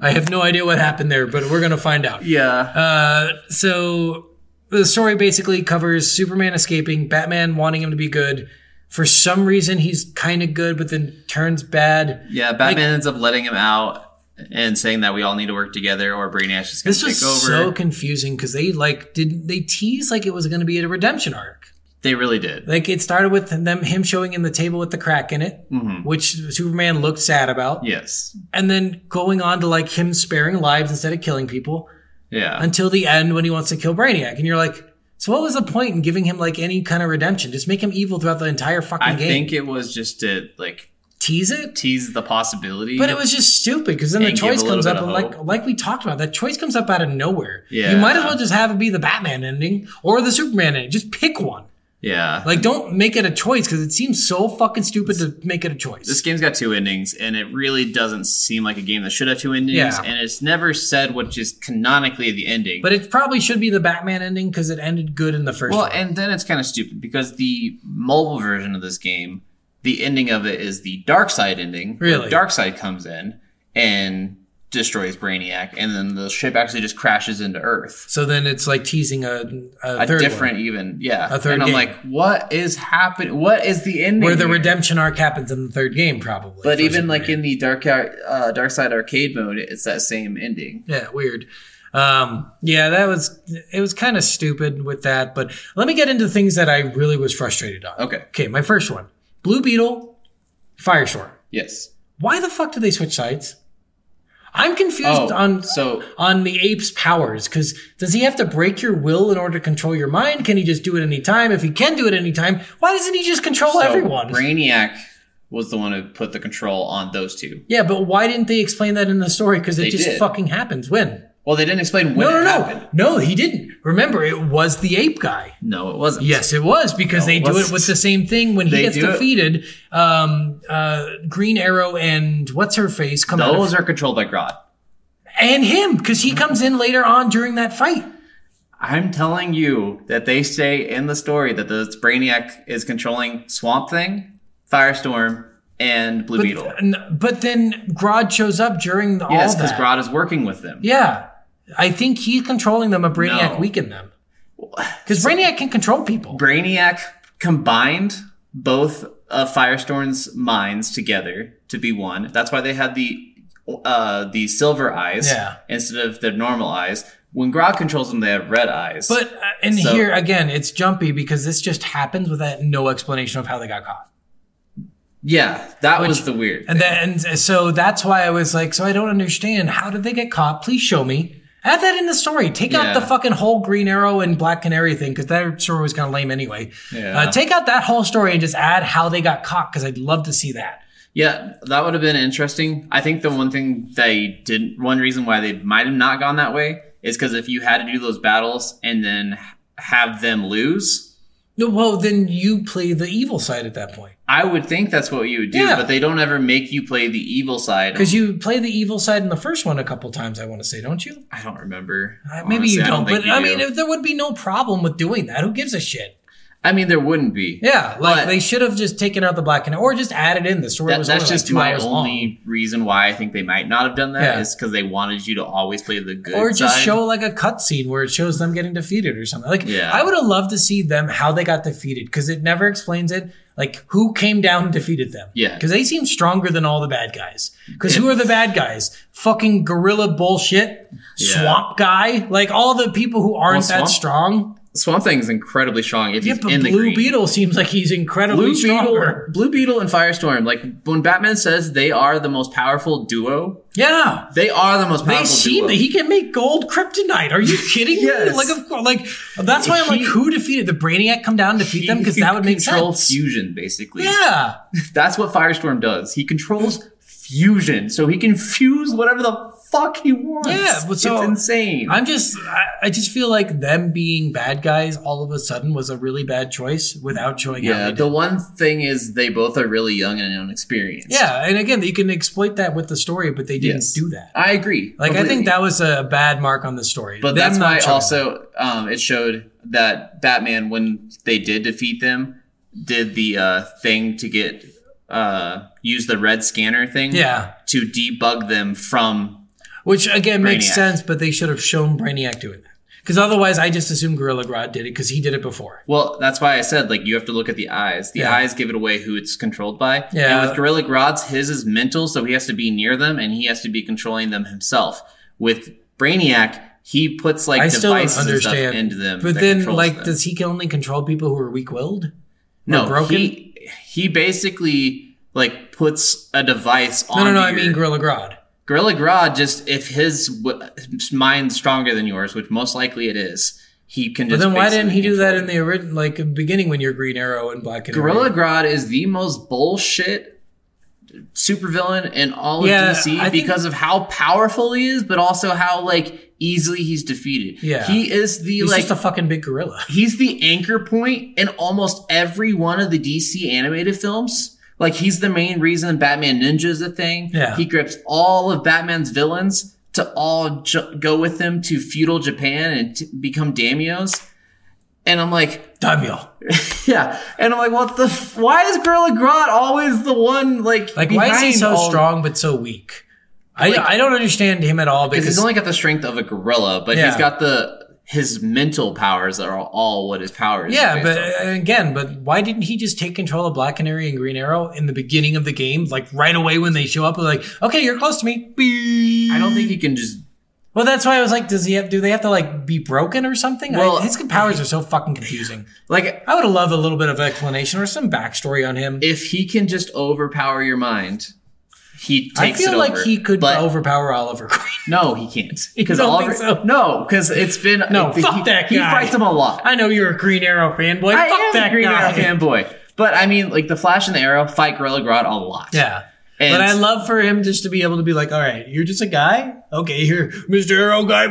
Speaker 1: I have no idea what happened there, but we're going to find out.
Speaker 2: Yeah,
Speaker 1: Uh, so the story basically covers Superman escaping, Batman wanting him to be good. For some reason, he's kind of good, but then turns bad.
Speaker 2: yeah. Batman ends up letting him out and saying that we all need to work together, or Brainiac is going
Speaker 1: This
Speaker 2: to take over.
Speaker 1: was so confusing because they like did they tease like it was going to be a redemption arc.
Speaker 2: they really did.
Speaker 1: Like it started with them him showing in the table with the crack in it,
Speaker 2: Mhm.
Speaker 1: which Superman looked sad about,
Speaker 2: Yes.
Speaker 1: and then going on to like him sparing lives instead of killing people
Speaker 2: Yeah.
Speaker 1: until the end when he wants to kill Brainiac, and you're like, so what was the point in giving him like any kind of redemption? Just make him evil throughout the entire fucking
Speaker 2: I
Speaker 1: game.
Speaker 2: think it was just to like
Speaker 1: tease it.
Speaker 2: tease the possibility.
Speaker 1: But it was just stupid because then the
Speaker 2: And give
Speaker 1: choice
Speaker 2: a little
Speaker 1: comes
Speaker 2: bit
Speaker 1: up,
Speaker 2: of
Speaker 1: and like
Speaker 2: hope.
Speaker 1: like we talked about, that choice comes up out of nowhere.
Speaker 2: Yeah.
Speaker 1: you might as well just have it be the Batman ending or the Superman ending. Just pick one.
Speaker 2: yeah.
Speaker 1: Like, don't make it a choice because it seems so fucking stupid to make it a choice.
Speaker 2: this game's got two endings, and it really doesn't seem like a game that should have two endings.
Speaker 1: Yeah.
Speaker 2: And it's never said what is canonically the ending.
Speaker 1: but it probably should be the Batman ending because it ended good in the first
Speaker 2: Well,
Speaker 1: one.
Speaker 2: and then it's kind of stupid because the mobile version of this game, the ending of it is the dark side ending. where
Speaker 1: Really?
Speaker 2: Dark side comes in and destroys Brainiac, and then the ship actually just crashes into Earth.
Speaker 1: so then it's like teasing a a,
Speaker 2: A
Speaker 1: third
Speaker 2: different,
Speaker 1: one,
Speaker 2: even yeah.
Speaker 1: A third
Speaker 2: and I'm
Speaker 1: game.
Speaker 2: like, what is happening? What is the ending?
Speaker 1: where the
Speaker 2: here?
Speaker 1: redemption arc happens in the third game, probably.
Speaker 2: But
Speaker 1: for
Speaker 2: even like
Speaker 1: Superman.
Speaker 2: in the dark Ar- uh, dark side arcade mode, it's that same ending.
Speaker 1: Yeah, weird. Um, yeah, that was it was kind of stupid with that, but let me get into things that I really was frustrated on.
Speaker 2: Okay.
Speaker 1: Okay, my first one. Blue Beetle, Firestorm.
Speaker 2: Yes.
Speaker 1: Why the fuck do they switch sides? I'm confused
Speaker 2: Oh,
Speaker 1: on
Speaker 2: so
Speaker 1: on the ape's powers cuz does he have to break your will in order to control your mind? Can he just do it anytime? If he can do it anytime, why doesn't he just control
Speaker 2: so
Speaker 1: everyone?
Speaker 2: Brainiac was the one who put the control on those two.
Speaker 1: yeah, but why didn't they explain that in the story cuz it
Speaker 2: They
Speaker 1: just
Speaker 2: did.
Speaker 1: fucking happens when?
Speaker 2: Well, they didn't explain when
Speaker 1: no, no,
Speaker 2: it
Speaker 1: no.
Speaker 2: happened.
Speaker 1: No, he didn't. Remember, it was the ape guy.
Speaker 2: No, it wasn't.
Speaker 1: Yes, it was because
Speaker 2: No,
Speaker 1: they
Speaker 2: it
Speaker 1: do it
Speaker 2: wasn't.
Speaker 1: with the same thing when he
Speaker 2: They
Speaker 1: gets
Speaker 2: do it-
Speaker 1: defeated. Um, uh, Green Arrow and what's her face come out
Speaker 2: Those
Speaker 1: of,
Speaker 2: are controlled by Grodd.
Speaker 1: and him because he comes in later on during that fight.
Speaker 2: I'm telling you that they say in the story that the Brainiac is controlling Swamp Thing, Firestorm, and Blue
Speaker 1: But,
Speaker 2: Beetle.
Speaker 1: n- but then Grodd shows up during the,
Speaker 2: Yes,
Speaker 1: all
Speaker 2: because
Speaker 1: that.
Speaker 2: Grodd is working with them.
Speaker 1: yeah, I think he's controlling them. A Brainiac
Speaker 2: No.
Speaker 1: weakened them because Brainiac can control people.
Speaker 2: Brainiac combined both of Firestorm's minds together to be one. That's why they had the uh, the silver eyes
Speaker 1: Yeah.
Speaker 2: instead of their normal eyes. When Grodd controls them, they have red eyes.
Speaker 1: but uh, and
Speaker 2: So-
Speaker 1: here again, it's jumpy because this just happens without no explanation of how they got caught.
Speaker 2: yeah, that
Speaker 1: Which-
Speaker 2: was the weird.
Speaker 1: And then, and so that's why I was like, so I don't understand. How did they get caught? Please show me. Add that in the story. Take out
Speaker 2: Yeah.
Speaker 1: the fucking whole Green Arrow and Black Canary thing because that story was kind of lame anyway.
Speaker 2: Yeah.
Speaker 1: Uh, take out that whole story and just add how they got caught because I'd love to see that.
Speaker 2: Yeah, that would have been interesting. I think the one thing they didn't, one reason why they might have not gone that way is because if you had to do those battles and then have them lose,
Speaker 1: No, Well, then you play the evil side at that point
Speaker 2: I would think that's what you would do,
Speaker 1: Yeah.
Speaker 2: but they don't ever make you play the evil side.
Speaker 1: because you play the evil side in the first one a couple times. I want to say, don't you?
Speaker 2: I don't remember.
Speaker 1: Uh, Maybe
Speaker 2: Honestly,
Speaker 1: you
Speaker 2: I
Speaker 1: don't,
Speaker 2: think
Speaker 1: but I mean,
Speaker 2: do.
Speaker 1: there would be no problem with doing that. Who gives a shit?
Speaker 2: I mean, there wouldn't be.
Speaker 1: Yeah, like
Speaker 2: But-
Speaker 1: they should have just taken out the black and or just added in the story
Speaker 2: That-
Speaker 1: was only,
Speaker 2: that's
Speaker 1: like,
Speaker 2: just
Speaker 1: two
Speaker 2: my
Speaker 1: hours long.
Speaker 2: only reason why I think they might not have done that
Speaker 1: Yeah.
Speaker 2: is because they wanted you to always play the good
Speaker 1: Or just
Speaker 2: side.
Speaker 1: show like a cutscene where it shows them getting defeated or something. Like,
Speaker 2: Yeah.
Speaker 1: I would have loved to see them how they got defeated because it never explains it. Like, who came down and defeated them?
Speaker 2: Yeah.
Speaker 1: Because they seem stronger than all the bad guys. Because
Speaker 2: Yeah.
Speaker 1: who are the bad guys? Fucking gorilla bullshit,
Speaker 2: Yeah.
Speaker 1: swamp guy, like all the people who aren't that
Speaker 2: Swamp-
Speaker 1: strong.
Speaker 2: Swamp Thing is incredibly strong if
Speaker 1: Yeah,
Speaker 2: he's
Speaker 1: but
Speaker 2: in the
Speaker 1: Blue
Speaker 2: green.
Speaker 1: Beetle seems like he's incredibly
Speaker 2: Blue Beetle,
Speaker 1: stronger.
Speaker 2: Blue Beetle, and Firestorm. Like when Batman says they are the most powerful duo,
Speaker 1: Yeah.
Speaker 2: they are the most powerful.
Speaker 1: They seem
Speaker 2: duo.
Speaker 1: that he can make gold kryptonite. Are you kidding me?
Speaker 2: Yes.
Speaker 1: Like, of course, like that's why I'm like,
Speaker 2: He-
Speaker 1: who defeated the Brainiac? Come down and defeat them because
Speaker 2: He
Speaker 1: that would make
Speaker 2: controls
Speaker 1: sense.
Speaker 2: fusion basically.
Speaker 1: Yeah,
Speaker 2: That's what Firestorm does. He controls fusion, so he can fuse whatever the fuck he wants.
Speaker 1: Yeah, but so-
Speaker 2: it's insane.
Speaker 1: I'm just, I, I just feel like them being bad guys all of a sudden was a really bad choice without showing how
Speaker 2: yeah,
Speaker 1: they
Speaker 2: the
Speaker 1: did.
Speaker 2: one thing is they both are really young and inexperienced.
Speaker 1: yeah, and again, you can exploit that with the story, but they didn't
Speaker 2: Yes.
Speaker 1: do that.
Speaker 2: I agree.
Speaker 1: Like, I
Speaker 2: completely.
Speaker 1: think that was a bad mark on the story.
Speaker 2: But
Speaker 1: Them
Speaker 2: that's
Speaker 1: not
Speaker 2: why
Speaker 1: showing that.
Speaker 2: also um, it showed that Batman, when they did defeat them, did the uh, thing to get uh, use the red scanner thing,
Speaker 1: Yeah.
Speaker 2: to debug them from.
Speaker 1: which again makes
Speaker 2: Brainiac.
Speaker 1: sense, but they should have shown Brainiac doing that because otherwise, I just assume Gorilla Grodd did it because he did it before.
Speaker 2: Well, that's why I said like you have to look at the eyes. The
Speaker 1: Yeah.
Speaker 2: eyes give it away who it's controlled by.
Speaker 1: Yeah.
Speaker 2: And with Gorilla Grodd's, his is mental, so he has to be near them and he has to be controlling them himself. With Brainiac, he puts like
Speaker 1: I still don't
Speaker 2: devices and stuff
Speaker 1: understand.
Speaker 2: into them.
Speaker 1: But
Speaker 2: that
Speaker 1: then,
Speaker 2: controls
Speaker 1: like,
Speaker 2: them.
Speaker 1: does he can only control people who are weak-willed?
Speaker 2: no
Speaker 1: broken?
Speaker 2: he he basically like puts a device
Speaker 1: No,
Speaker 2: on
Speaker 1: no, no. I mean Gorilla Grodd.
Speaker 2: gorilla grodd just if his w- mind's stronger than yours which most likely it is he can
Speaker 1: But
Speaker 2: just
Speaker 1: then why didn't he
Speaker 2: basically
Speaker 1: do that in
Speaker 2: control
Speaker 1: the original, like beginning when you're Green Arrow and Black and
Speaker 2: it. gorilla grodd is the most bullshit supervillain in all
Speaker 1: Yeah,
Speaker 2: of dc
Speaker 1: I think-
Speaker 2: because of how powerful he is but also how like easily he's defeated
Speaker 1: Yeah.
Speaker 2: he is the
Speaker 1: He's
Speaker 2: like
Speaker 1: just a fucking big gorilla.
Speaker 2: he's the anchor point in almost every one of the DC animated films. Like he's the main reason Batman Ninja is a thing.
Speaker 1: Yeah.
Speaker 2: He grips all of Batman's villains to all ju- go with him to feudal Japan and t- become daimios. And I'm like,
Speaker 1: Daimyo.
Speaker 2: yeah. And I'm like, what the? F- why is Gorilla Grodd always the one like?
Speaker 1: Like, why is he
Speaker 2: behind
Speaker 1: so
Speaker 2: all-
Speaker 1: strong but so weak? I,
Speaker 2: Like-
Speaker 1: I don't understand him at all
Speaker 2: Because
Speaker 1: because
Speaker 2: he's only got the strength of a gorilla, but
Speaker 1: Yeah.
Speaker 2: he's got the his mental powers are all what his powers. are
Speaker 1: yeah,
Speaker 2: based
Speaker 1: but
Speaker 2: on.
Speaker 1: uh, again, but why didn't he just take control of Black Canary and Green Arrow in the beginning of the game, like right away when they show up? Like, okay, you're close to me.
Speaker 2: I don't think he can just
Speaker 1: Well, that's why I was like, does he have? Do they have to like be broken or something? Well,
Speaker 2: Well-
Speaker 1: his powers are so fucking confusing.
Speaker 2: like
Speaker 1: I would have loved a little bit of explanation or some backstory on him.
Speaker 2: if he can just overpower your mind, he
Speaker 1: I
Speaker 2: takes
Speaker 1: feel
Speaker 2: it
Speaker 1: like
Speaker 2: over.
Speaker 1: he could
Speaker 2: But
Speaker 1: overpower Oliver Queen.
Speaker 2: no, he can't.
Speaker 1: You
Speaker 2: Because
Speaker 1: don't
Speaker 2: Oliver,
Speaker 1: think so?
Speaker 2: no, because it's been
Speaker 1: No,
Speaker 2: he-
Speaker 1: fuck
Speaker 2: he,
Speaker 1: that
Speaker 2: He
Speaker 1: guy.
Speaker 2: fights him a lot.
Speaker 1: I know you're a Green Arrow fanboy.
Speaker 2: I
Speaker 1: Fuck
Speaker 2: am
Speaker 1: that
Speaker 2: a Green
Speaker 1: guy.
Speaker 2: Arrow fanboy, but I mean, like the Flash and the Arrow fight Gorilla Grodd a lot.
Speaker 1: Yeah.
Speaker 2: And-
Speaker 1: but I love for him just to be able to be like, all right, you're just a guy? Okay, here, Mr. Arrow guy.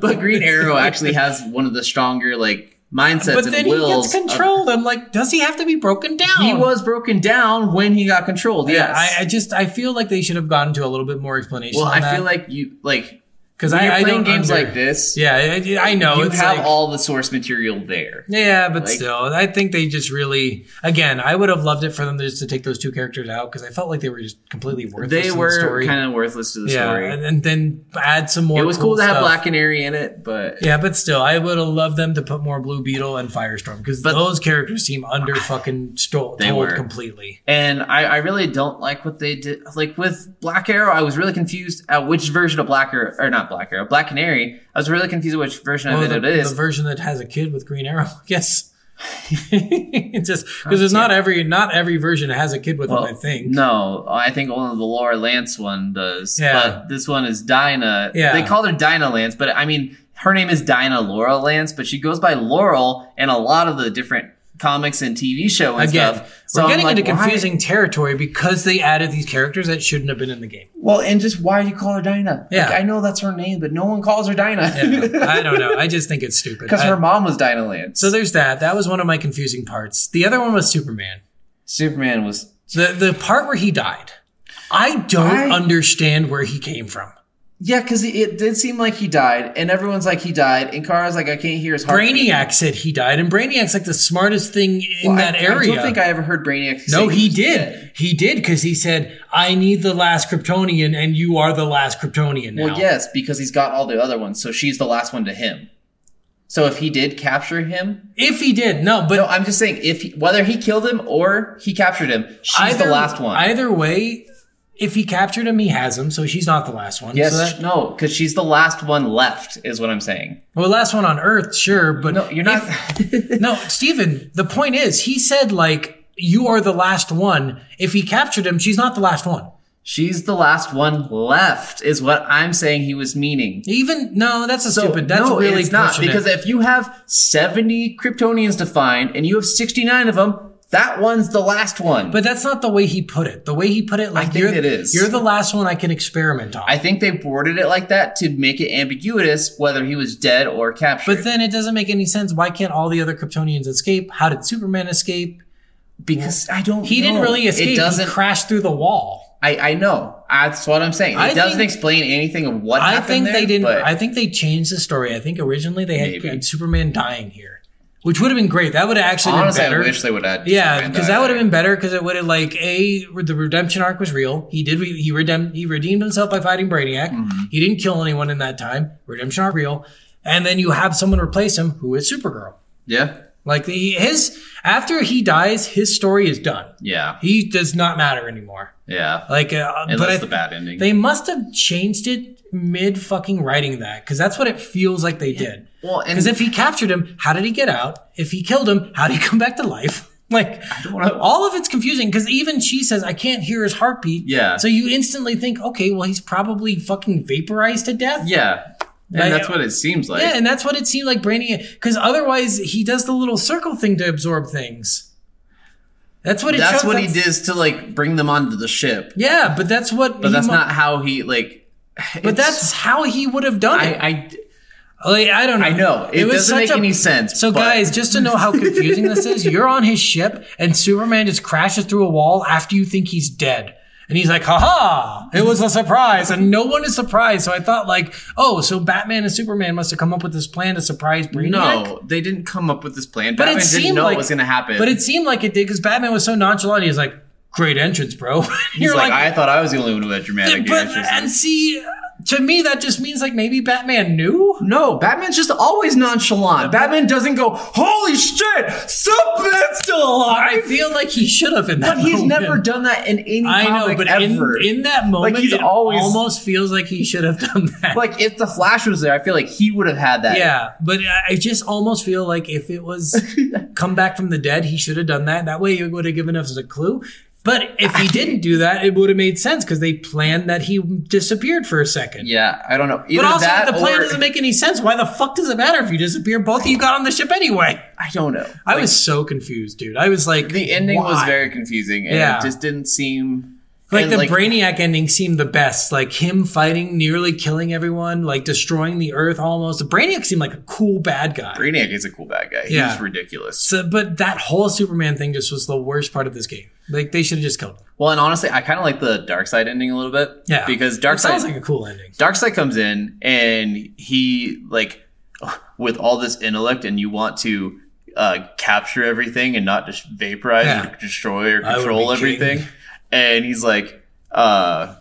Speaker 2: but Green Arrow actually has one of the stronger like mindsets
Speaker 1: But
Speaker 2: and
Speaker 1: then he
Speaker 2: wills.
Speaker 1: gets
Speaker 2: of-
Speaker 1: controlled. I'm like, does he have to be broken down?
Speaker 2: he was broken down when he got controlled.
Speaker 1: Yeah,
Speaker 2: Yes.
Speaker 1: I, I just I feel like they should have gotten to a little bit more explanation.
Speaker 2: well,
Speaker 1: on
Speaker 2: I
Speaker 1: that.
Speaker 2: feel like you like
Speaker 1: because
Speaker 2: when
Speaker 1: I,
Speaker 2: you're
Speaker 1: I
Speaker 2: playing
Speaker 1: don't
Speaker 2: games
Speaker 1: under-
Speaker 2: like this.
Speaker 1: Yeah, I- I, I know
Speaker 2: you
Speaker 1: it's
Speaker 2: have
Speaker 1: like,
Speaker 2: all the source material there.
Speaker 1: Yeah, but
Speaker 2: Like-
Speaker 1: still, I think they just really. Again, I would have loved it for them just to take those two characters out because I felt like they were just completely worthless.
Speaker 2: they
Speaker 1: in the
Speaker 2: were
Speaker 1: story.
Speaker 2: kind of worthless to the
Speaker 1: yeah,
Speaker 2: story.
Speaker 1: and, and then add some more.
Speaker 2: it was cool, to have
Speaker 1: stuff.
Speaker 2: Black Canary in it, but
Speaker 1: Yeah, but still, I would have loved them to put more Blue Beetle and Firestorm because
Speaker 2: But-
Speaker 1: those characters seem under fucking stole
Speaker 2: They
Speaker 1: told
Speaker 2: were.
Speaker 1: completely.
Speaker 2: and I, I really don't like what they did. Like with Black Arrow, I was really confused at which version of Black Arrow or not Black Arrow, Black Canary. I was really confused at which version
Speaker 1: Well,
Speaker 2: of
Speaker 1: the,
Speaker 2: it it is.
Speaker 1: the version that has a kid with Green Arrow, yes. it's just because it's not every not every version has a kid with
Speaker 2: Oh, Well,
Speaker 1: them. I think.
Speaker 2: No, I think only the Laura Lance one does.
Speaker 1: Yeah.
Speaker 2: But this one is Dinah.
Speaker 1: Yeah.
Speaker 2: They called her Dinah Lance, but I mean, her name is Dinah Laura Lance, but she goes by Laurel in a lot of the different comics and TV show and
Speaker 1: Again,
Speaker 2: stuff. So
Speaker 1: we're
Speaker 2: I'm
Speaker 1: getting
Speaker 2: like,
Speaker 1: into
Speaker 2: why-
Speaker 1: confusing territory because they added these characters that shouldn't have been in the game.
Speaker 2: Well, and just why do you call her Dinah?
Speaker 1: Yeah.
Speaker 2: Like, I know that's her name, but no one calls her Dinah.
Speaker 1: Yeah, I don't know. I just think it's stupid.
Speaker 2: Because
Speaker 1: I-
Speaker 2: her mom was Dinah Lance.
Speaker 1: so there's that. That was one of my confusing parts. The other one was Superman.
Speaker 2: Superman was.
Speaker 1: The the part where he died. I don't
Speaker 2: I-
Speaker 1: understand where he came from.
Speaker 2: Yeah, because it did seem like he died, and everyone's like he died, and Kara's like I can't hear his heart.
Speaker 1: Brainiac said he died, and Brainiac's like the smartest thing in that
Speaker 2: I,
Speaker 1: area.
Speaker 2: I don't think I ever heard Brainiac. say
Speaker 1: no, he
Speaker 2: was
Speaker 1: did.
Speaker 2: dead.
Speaker 1: He did because he said, "I need the last Kryptonian, and you are the last Kryptonian now."
Speaker 2: Well, yes, because he's got all the other ones, so she's the last one to him. So if he did capture him,
Speaker 1: If he did, no, but
Speaker 2: no, I'm just saying if he, whether he killed him or he captured him, she's the last one.
Speaker 1: Either way, if he captured him, he has him, so she's not the last one.
Speaker 2: yes,
Speaker 1: So that-
Speaker 2: no, because she's the last one left, is what I'm saying.
Speaker 1: well, last one on Earth, sure, but
Speaker 2: No, you're not.
Speaker 1: no, Steven, the point is, he said, like, you are the last one. If he captured him, she's not the last one.
Speaker 2: she's the last one left, is what I'm saying. He was meaning.
Speaker 1: Even, no, that's a
Speaker 2: So,
Speaker 1: stupid. That's
Speaker 2: no,
Speaker 1: really
Speaker 2: it's not
Speaker 1: pushing
Speaker 2: because
Speaker 1: it.
Speaker 2: if you have 70 Kryptonians to find and you have 69 of them, that one's the last one.
Speaker 1: But that's not the way he put it. The way he put it, like,
Speaker 2: think
Speaker 1: you're,
Speaker 2: it is.
Speaker 1: you're the last one I can experiment on.
Speaker 2: I think they worded it like that to make it ambiguous whether he was dead or captured.
Speaker 1: but then it doesn't make any sense. Why can't all the other Kryptonians escape? How did Superman escape?
Speaker 2: because I don't,
Speaker 1: He didn't
Speaker 2: know.
Speaker 1: really escape.
Speaker 2: It doesn't.
Speaker 1: He crashed through the wall.
Speaker 2: I I know. That's what I'm saying. It
Speaker 1: I
Speaker 2: doesn't
Speaker 1: think-
Speaker 2: explain anything of what
Speaker 1: I
Speaker 2: happened
Speaker 1: think
Speaker 2: there,
Speaker 1: they didn't.
Speaker 2: but
Speaker 1: I think they changed the story. I think originally they had
Speaker 2: Maybe.
Speaker 1: Superman dying here, which would have been great. That would have actually
Speaker 2: honestly,
Speaker 1: been better.
Speaker 2: I wish they would add.
Speaker 1: yeah,
Speaker 2: Superman
Speaker 1: because
Speaker 2: died.
Speaker 1: that would have been better because it would have like a the redemption arc was real. He did he redeemed he redeemed himself by fighting Brainiac.
Speaker 2: Mm-hmm.
Speaker 1: He didn't kill anyone in that time. Redemption arc real, and then you have someone replace him who is Supergirl.
Speaker 2: Yeah,
Speaker 1: Like the, his after he dies, his story is done.
Speaker 2: yeah,
Speaker 1: He does not matter anymore.
Speaker 2: yeah.
Speaker 1: Like, uh,
Speaker 2: And
Speaker 1: but I,
Speaker 2: that's the bad ending.
Speaker 1: they must have changed it mid fucking writing that because that's what it feels like they did.
Speaker 2: well, and
Speaker 1: Because if he captured him, how did he get out? If he killed him, how did he come back to life? Like
Speaker 2: wanna-
Speaker 1: all of it's confusing because even she says I can't hear his heartbeat.
Speaker 2: Yeah.
Speaker 1: So you instantly think, okay, well he's probably fucking vaporized to death.
Speaker 2: yeah, and
Speaker 1: Like-
Speaker 2: that's what it seems like.
Speaker 1: Yeah, and that's what it seemed like Brainiac. Because otherwise, he does the little circle thing to absorb things. That's what it.
Speaker 2: that's
Speaker 1: shows
Speaker 2: what he
Speaker 1: up-
Speaker 2: does to like bring them onto the ship.
Speaker 1: Yeah, but that's what.
Speaker 2: But
Speaker 1: he
Speaker 2: that's
Speaker 1: mu-
Speaker 2: not how he like.
Speaker 1: But that's how he would have done it.
Speaker 2: I, I
Speaker 1: Like, I don't know.
Speaker 2: I know. It doesn't
Speaker 1: such
Speaker 2: make any sense,
Speaker 1: So,
Speaker 2: but-
Speaker 1: guys, just to know how confusing this is, you're on his ship and Superman just crashes through a wall after you think he's dead. And he's like, haha, it was a surprise. And no one is surprised. So I thought, like, oh, so Batman and Superman must have come up with this plan to surprise Brainiac.
Speaker 2: No, they didn't come up with this plan.
Speaker 1: But
Speaker 2: Batman
Speaker 1: it seemed
Speaker 2: didn't know
Speaker 1: like
Speaker 2: it was going to happen.
Speaker 1: But it seemed like it did because Batman was so nonchalant. He was like, great entrance, bro.
Speaker 2: he's like, I thought I was the only one who had dramatic
Speaker 1: but,
Speaker 2: issues.
Speaker 1: and see, to me, that just means like maybe Batman knew.
Speaker 2: no, Batman's just always nonchalant. Batman doesn't go, "Holy shit, Superman's still
Speaker 1: I
Speaker 2: alive."
Speaker 1: feel like he should have in that.
Speaker 2: But he's
Speaker 1: moment.
Speaker 2: never done that in any
Speaker 1: I know,
Speaker 2: comic
Speaker 1: but
Speaker 2: ever.
Speaker 1: in, in that moment,
Speaker 2: he's
Speaker 1: it
Speaker 2: always-
Speaker 1: almost feels like he should have done that.
Speaker 2: like if the Flash was there, I feel like he would have had that.
Speaker 1: yeah, but I I just almost feel like if it was come back from the dead, he should have done that. That way, it would have given us a clue. But if he didn't do that, it would have made sense because they planned that he disappeared for a second.
Speaker 2: yeah. I don't know. Either
Speaker 1: But also,
Speaker 2: that
Speaker 1: the plan
Speaker 2: or-
Speaker 1: doesn't make any sense. Why the fuck does it matter if you disappear? Both of you got on the ship anyway.
Speaker 2: I don't know.
Speaker 1: I was so confused, dude. I was like,
Speaker 2: The ending was
Speaker 1: why?
Speaker 2: very confusing, and
Speaker 1: Yeah.
Speaker 2: it just didn't seem
Speaker 1: Like
Speaker 2: and,
Speaker 1: the Brainiac ending seemed the best. Like him fighting, nearly killing everyone, like destroying the Earth almost. The Brainiac seemed like a cool bad guy.
Speaker 2: Brainiac is a cool bad guy.
Speaker 1: Yeah.
Speaker 2: He's ridiculous.
Speaker 1: So, but that whole Superman thing just was the worst part of this game. Like they should have just killed him.
Speaker 2: Well, and honestly, I kind of like the dark side ending a little bit.
Speaker 1: Yeah,
Speaker 2: Because
Speaker 1: It
Speaker 2: dark side,
Speaker 1: sounds like a cool ending.
Speaker 2: dark side comes in and he like with all this intellect and you want to uh, capture everything and not just vaporize
Speaker 1: Yeah.
Speaker 2: or destroy or
Speaker 1: I would
Speaker 2: control
Speaker 1: be king.
Speaker 2: everything. And he's like, uh,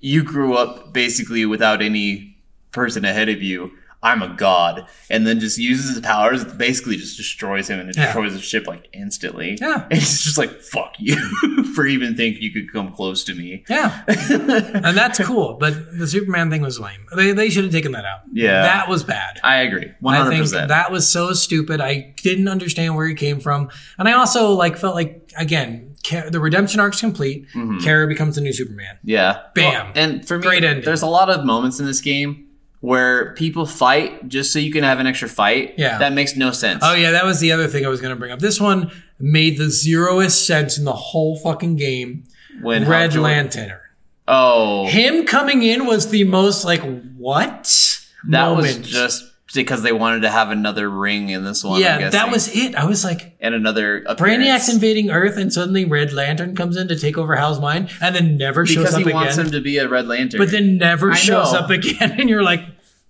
Speaker 2: you grew up basically without any person ahead of you. I'm a god, and then just uses his powers. Basically, just destroys him and it
Speaker 1: Yeah.
Speaker 2: destroys his ship like instantly.
Speaker 1: Yeah.
Speaker 2: and he's just like, "Fuck you for even think you could come close to me."
Speaker 1: Yeah, and that's cool. But the Superman thing was lame. They they should have taken that out.
Speaker 2: Yeah.
Speaker 1: that was bad.
Speaker 2: I agree, one
Speaker 1: I
Speaker 2: hundred
Speaker 1: think
Speaker 2: percent.
Speaker 1: that was so stupid. I didn't understand where he came from, and I also like felt like again Ca- the redemption arc's complete.
Speaker 2: Mm-hmm.
Speaker 1: Kara becomes the new Superman.
Speaker 2: Yeah.
Speaker 1: Bam.
Speaker 2: and for me,
Speaker 1: Great ending.
Speaker 2: there's a lot of moments in this game where people fight just so you can have an extra fight.
Speaker 1: Yeah.
Speaker 2: That makes no sense.
Speaker 1: Oh yeah, that was the other thing I was going to bring up. This one made the zeroest sense in the whole fucking game.
Speaker 2: When Hal
Speaker 1: Red
Speaker 2: Jordan-
Speaker 1: Lantern.
Speaker 2: Oh,
Speaker 1: Him coming in was the most like what
Speaker 2: that
Speaker 1: moment.
Speaker 2: was just because they wanted to have another ring in this one. I'm
Speaker 1: yeah, that
Speaker 2: guessing.
Speaker 1: was it. I was like,
Speaker 2: and another appearance.
Speaker 1: Brainiac's invading Earth, and suddenly Red Lantern comes in to take over Hal's mind, and then never shows
Speaker 2: because
Speaker 1: up
Speaker 2: he wants
Speaker 1: again.
Speaker 2: him to be a Red Lantern.
Speaker 1: but then never
Speaker 2: I
Speaker 1: shows
Speaker 2: know.
Speaker 1: up again, and you're like,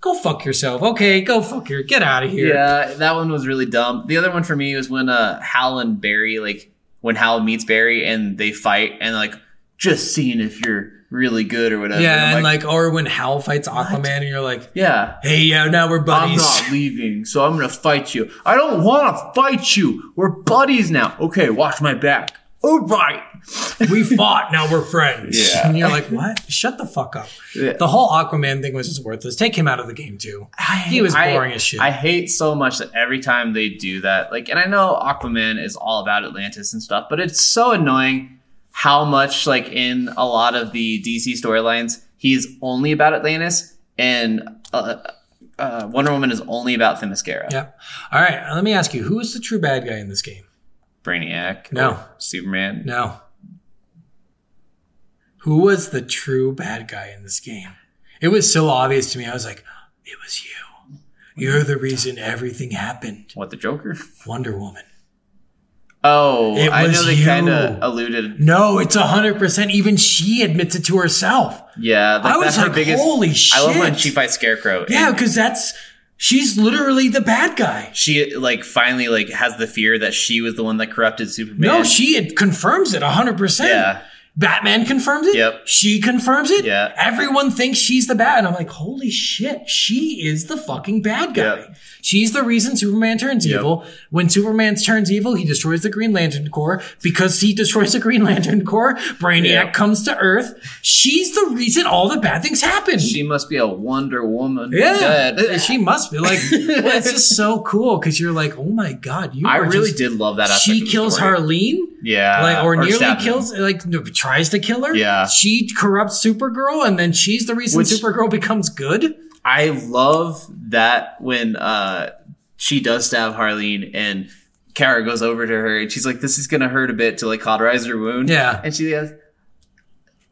Speaker 1: "Go fuck yourself." Okay, go fuck your get out of here.
Speaker 2: yeah, that one was really dumb. The other one for me was when uh Hal and Barry like when Hal meets Barry and they fight and like just seeing if you're really good or whatever.
Speaker 1: Yeah,
Speaker 2: I'm
Speaker 1: and like, or when Hal fights Aquaman, and you're like,
Speaker 2: yeah.
Speaker 1: "Hey, yeah, now we're
Speaker 2: I'm
Speaker 1: buddies."
Speaker 2: not leaving, so I'm gonna fight you. I don't wanna fight you. We're buddies now. Okay, watch my back. All right.
Speaker 1: we fought, now we're friends.
Speaker 2: Yeah.
Speaker 1: And you're like, "What? Shut the fuck up."
Speaker 2: Yeah.
Speaker 1: The whole Aquaman thing was just worthless. Take him out of the game too. He was
Speaker 2: I-
Speaker 1: boring as shit.
Speaker 2: I hate so much that every time they do that, like, and I know Aquaman is all about Atlantis and stuff, but it's so annoying how much, like, in a lot of the DC storylines, he's only about Atlantis, and uh, uh, Wonder Woman is only about Themyscira.
Speaker 1: Yep. All right, let me ask you, who is the true bad guy in this game?
Speaker 2: Brainiac.
Speaker 1: No.
Speaker 2: or Superman.
Speaker 1: No. Who was the true bad guy in this game? It was so obvious to me. I was like, it was you. You're the reason everything happened.
Speaker 2: What the Joker?
Speaker 1: Wonder Woman.
Speaker 2: Oh,
Speaker 1: It
Speaker 2: I know
Speaker 1: was
Speaker 2: they
Speaker 1: you.
Speaker 2: kind of alluded.
Speaker 1: No, it's 100%. Even she admits it to herself.
Speaker 2: Yeah, like,
Speaker 1: I was
Speaker 2: that's her
Speaker 1: like,
Speaker 2: biggest.
Speaker 1: holy shit.
Speaker 2: I love when she fights Scarecrow. and
Speaker 1: Yeah, because that's, she's literally the bad guy.
Speaker 2: she like finally like has the fear that she was the one that corrupted Superman.
Speaker 1: No, she it confirms it 100%.
Speaker 2: yeah,
Speaker 1: Batman confirms it.
Speaker 2: Yep.
Speaker 1: She confirms it.
Speaker 2: Yeah.
Speaker 1: Everyone thinks she's the bad. And I'm like, holy shit, she is the fucking bad guy.
Speaker 2: Yep.
Speaker 1: She's the reason Superman turns
Speaker 2: Yep.
Speaker 1: evil. When Superman turns evil, he destroys the Green Lantern Corps. Because he destroys the Green Lantern Corps, Brainiac
Speaker 2: Yep.
Speaker 1: comes to Earth. She's the reason all the bad things happen.
Speaker 2: she must be a Wonder Woman.
Speaker 1: yeah,
Speaker 2: Good.
Speaker 1: she must be like. well, it's just so cool because you're like, oh my god, you.
Speaker 2: I
Speaker 1: are
Speaker 2: really
Speaker 1: just-
Speaker 2: did love that. Aspect
Speaker 1: She
Speaker 2: of the
Speaker 1: kills
Speaker 2: story.
Speaker 1: Harleen.
Speaker 2: Yeah,
Speaker 1: like or, nearly
Speaker 2: stabbed him.
Speaker 1: kills like no, tries to kill her
Speaker 2: Yeah.
Speaker 1: she corrupts supergirl and then she's the reason
Speaker 2: Which-
Speaker 1: supergirl becomes good
Speaker 2: I love that when uh she does stab Harleen and Kara goes over to her and she's like, "This is gonna hurt a bit to like cauterize her wound."
Speaker 1: Yeah.
Speaker 2: and she goes,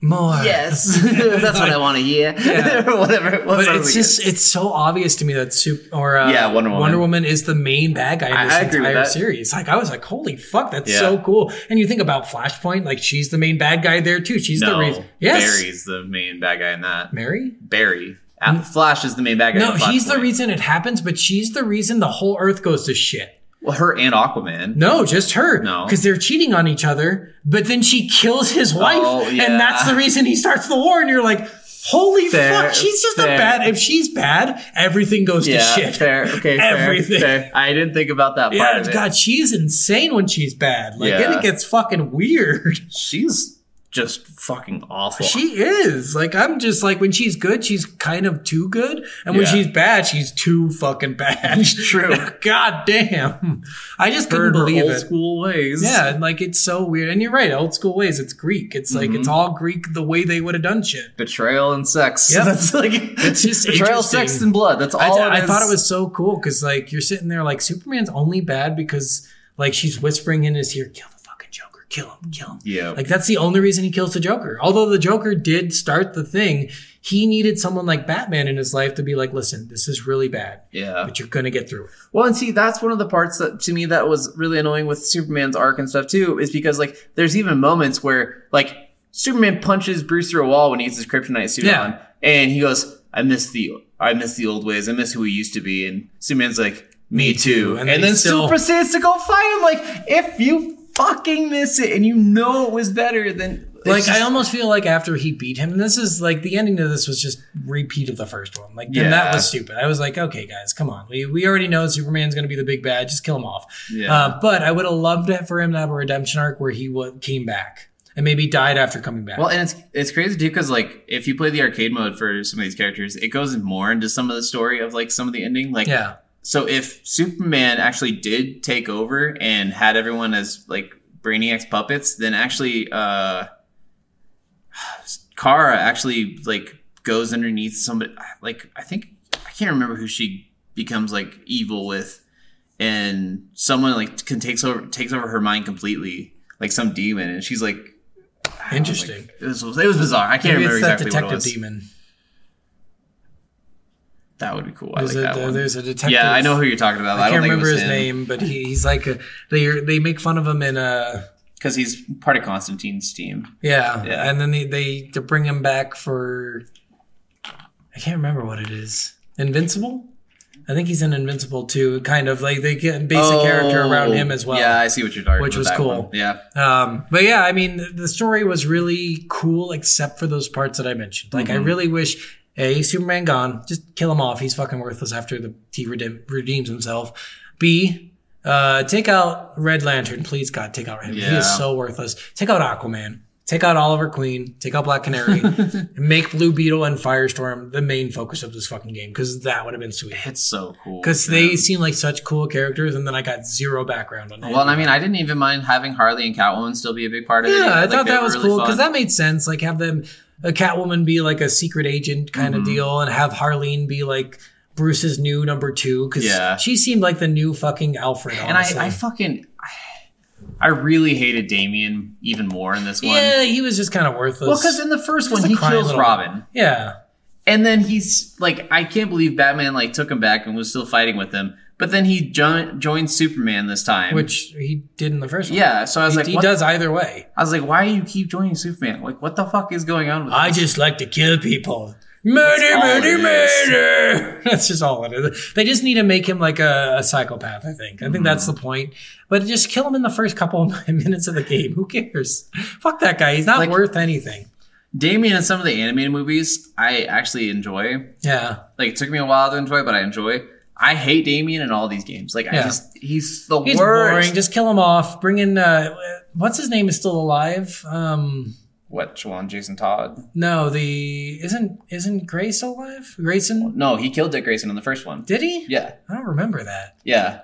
Speaker 1: more
Speaker 2: "Yes, that's what I want to hear."
Speaker 1: Yeah.
Speaker 2: or whatever. It was.
Speaker 1: but
Speaker 2: I
Speaker 1: it's
Speaker 2: was like,
Speaker 1: just it's so obvious to me that super or uh,
Speaker 2: Yeah, Wonder Woman.
Speaker 1: is the main bad guy
Speaker 2: I-
Speaker 1: in this
Speaker 2: I agree with
Speaker 1: entire
Speaker 2: that.
Speaker 1: series. Like I was like, holy fuck, that's
Speaker 2: Yeah.
Speaker 1: so cool. And you think about Flashpoint, like she's the main bad guy there too. She's the
Speaker 2: no,
Speaker 1: reason. Yes,
Speaker 2: Barry's the main bad guy in that.
Speaker 1: Mary.
Speaker 2: Barry. Uh, Flash is the main bad guy.
Speaker 1: No,
Speaker 2: in Flash
Speaker 1: he's the
Speaker 2: Point.
Speaker 1: reason it happens, but she's the reason the whole Earth goes to shit.
Speaker 2: Well, her and Aquaman.
Speaker 1: No, just her.
Speaker 2: No. Oh,
Speaker 1: Because they're cheating on each other, but then she kills his wife.
Speaker 2: yeah.
Speaker 1: And that's the reason he starts the war. And you're like, holy
Speaker 2: Fair,
Speaker 1: fuck, she's just a
Speaker 2: fair.
Speaker 1: bad. If she's bad, everything goes
Speaker 2: Yeah,
Speaker 1: to shit.
Speaker 2: fair. Okay, fair,
Speaker 1: Everything.
Speaker 2: fair. I didn't think about that part
Speaker 1: Yeah,
Speaker 2: of it.
Speaker 1: God, she's insane when she's bad. Like,
Speaker 2: Yeah.
Speaker 1: then it gets fucking weird.
Speaker 2: She's just fucking awful.
Speaker 1: She is. Like, I'm just like, when she's good, she's kind of too good. And when
Speaker 2: Yeah.
Speaker 1: she's bad, she's too fucking bad.
Speaker 2: true.
Speaker 1: God damn. I just couldn't
Speaker 2: heard her
Speaker 1: believe
Speaker 2: old
Speaker 1: it.
Speaker 2: school ways.
Speaker 1: Yeah, and like it's so weird. And you're right, old school ways. It's Greek. It's like
Speaker 2: Mm-hmm.
Speaker 1: it's all Greek the way they would have done shit.
Speaker 2: betrayal and sex.
Speaker 1: Yeah.
Speaker 2: that's like
Speaker 1: It's just
Speaker 2: betrayal,
Speaker 1: interesting.
Speaker 2: sex, and blood. That's
Speaker 1: I,
Speaker 2: all.
Speaker 1: I
Speaker 2: it is.
Speaker 1: thought it was so cool because like you're sitting there like Superman's only bad because like she's whispering in his ear, kill the fucking Joker, kill him, kill him.
Speaker 2: Yeah.
Speaker 1: Like that's the only reason he kills the Joker. Although the Joker did start the thing, he needed someone like Batman in his life to be like, listen, this is really bad,
Speaker 2: yeah.
Speaker 1: but you're gonna get through it.
Speaker 2: Well, and see, that's one of the parts that to me that was really annoying with Superman's arc and stuff too, is because like there's even moments where like Superman punches Bruce through a wall when he gets his kryptonite suit
Speaker 1: Yeah.
Speaker 2: on, and he goes, "I miss the I miss the old ways. I miss who we used to be." And Superman's like, "Me,
Speaker 1: Me too.
Speaker 2: too."
Speaker 1: And
Speaker 2: And,
Speaker 1: then he
Speaker 2: then
Speaker 1: still-
Speaker 2: Super Saiyan's to go fight him. Like, if you fucking miss it and you know it was better, then it's
Speaker 1: Like I
Speaker 2: just-
Speaker 1: almost feel like after he beat him, and this is like the ending of this was just repeat of the first one. Like then that
Speaker 2: Yeah.
Speaker 1: was stupid. I was like, okay, guys, come on. We we already know Superman's going to be the big bad. Just kill him off.
Speaker 2: Yeah.
Speaker 1: Uh, but I would have loved it for him to have a redemption arc where he wa came back and maybe died after coming back.
Speaker 2: Well, and it's it's crazy too because like if you play the arcade mode for some of these characters, it goes more into some of the story of like some of the ending. Like,
Speaker 1: yeah.
Speaker 2: so if Superman actually did take over and had everyone as like Brainiac's puppets, then actually uh Kara actually like goes underneath somebody like I think I can't remember who she becomes like evil with and someone like can takes over takes over her mind completely like some demon and she's like I don't know, like,
Speaker 1: Interesting.
Speaker 2: it was it was bizarre I can't
Speaker 1: Maybe
Speaker 2: remember
Speaker 1: it's that
Speaker 2: exactly what
Speaker 1: detective
Speaker 2: it was
Speaker 1: demon.
Speaker 2: That would be cool. I
Speaker 1: There's,
Speaker 2: like that
Speaker 1: a,
Speaker 2: one.
Speaker 1: there's a detective.
Speaker 2: yeah, I know who you're talking about. but I,
Speaker 1: I
Speaker 2: don't
Speaker 1: can't
Speaker 2: think it
Speaker 1: remember
Speaker 2: was
Speaker 1: his name, but he, he's like a, they they make fun of him in a
Speaker 2: because he's part of Constantine's team.
Speaker 1: yeah,
Speaker 2: Yeah.
Speaker 1: and then they, they to bring him back for I can't remember what it is. Invincible, I think he's in Invincible too. Kind of like they get base a character around him as well.
Speaker 2: Oh, Yeah, I see what you're talking
Speaker 1: Which
Speaker 2: about.
Speaker 1: was
Speaker 2: that
Speaker 1: cool.
Speaker 2: one. Yeah,
Speaker 1: Um, but yeah, I mean, the story was really cool, except for those parts that I mentioned. Like,
Speaker 2: Mm-hmm.
Speaker 1: I really wish a Superman gone, just kill him off. He's fucking worthless after the he redeem, redeems himself. B, uh, take out Red Lantern, please God, take out him. He
Speaker 2: Yeah.
Speaker 1: is so worthless. Take out Aquaman. Take out Oliver Queen. Take out Black Canary. and make Blue Beetle and Firestorm the main focus of this fucking game because that would have been sweet.
Speaker 2: it's so cool.
Speaker 1: Because they
Speaker 2: man.
Speaker 1: seem like such cool characters, and then I got zero background on.
Speaker 2: Well, and I mean, I didn't even mind having Harley and Catwoman still be a big part of it.
Speaker 1: Yeah, I
Speaker 2: Like,
Speaker 1: thought
Speaker 2: they
Speaker 1: that
Speaker 2: were
Speaker 1: was
Speaker 2: really
Speaker 1: cool because
Speaker 2: fun.
Speaker 1: that made sense. Like have them a Catwoman be like a secret agent kind
Speaker 2: Mm-hmm.
Speaker 1: of deal, and have Harleen be like Bruce's new number two because
Speaker 2: Yeah.
Speaker 1: she seemed like the new fucking Alfred.
Speaker 2: And
Speaker 1: Honestly.
Speaker 2: I, I fucking, I really hated Damien even more in this one.
Speaker 1: yeah, he was just kind of worthless.
Speaker 2: Well, because in the first one
Speaker 1: a
Speaker 2: he
Speaker 1: crying
Speaker 2: kills
Speaker 1: little-
Speaker 2: Robin,
Speaker 1: yeah,
Speaker 2: and then he's like, I can't believe Batman like took him back and was still fighting with him. But then he jo- joined Superman this time,
Speaker 1: which he did in the first one.
Speaker 2: yeah. So I was
Speaker 1: he,
Speaker 2: like,
Speaker 1: he
Speaker 2: what-
Speaker 1: does either way.
Speaker 2: I was like, why do you keep joining Superman? Like, what the fuck is going on with?
Speaker 1: I just like to kill people. Murder,
Speaker 2: all
Speaker 1: murder,
Speaker 2: it is.
Speaker 1: murder. That's just all it is. They just need to make him like a, a psychopath, I think. I think that's the point. But just kill him in the first couple of minutes of the game. Who cares? Fuck that guy. He's not
Speaker 2: Like-
Speaker 1: worth anything.
Speaker 2: Damien in some of the animated movies, I actually enjoy.
Speaker 1: Yeah.
Speaker 2: Like, it took me a while to enjoy, but I enjoy. I hate Damien in all these games. Like, I
Speaker 1: Yeah.
Speaker 2: just he's the
Speaker 1: He's
Speaker 2: worst.
Speaker 1: boring. Just kill him off. Bring in, uh, what's his name is still alive? Um,
Speaker 2: What one? Jason Todd?
Speaker 1: no, the, isn't, isn't Gray still alive? Grayson?
Speaker 2: No, he killed Dick Grayson in the first one.
Speaker 1: Did he?
Speaker 2: Yeah,
Speaker 1: I don't remember that.
Speaker 2: yeah,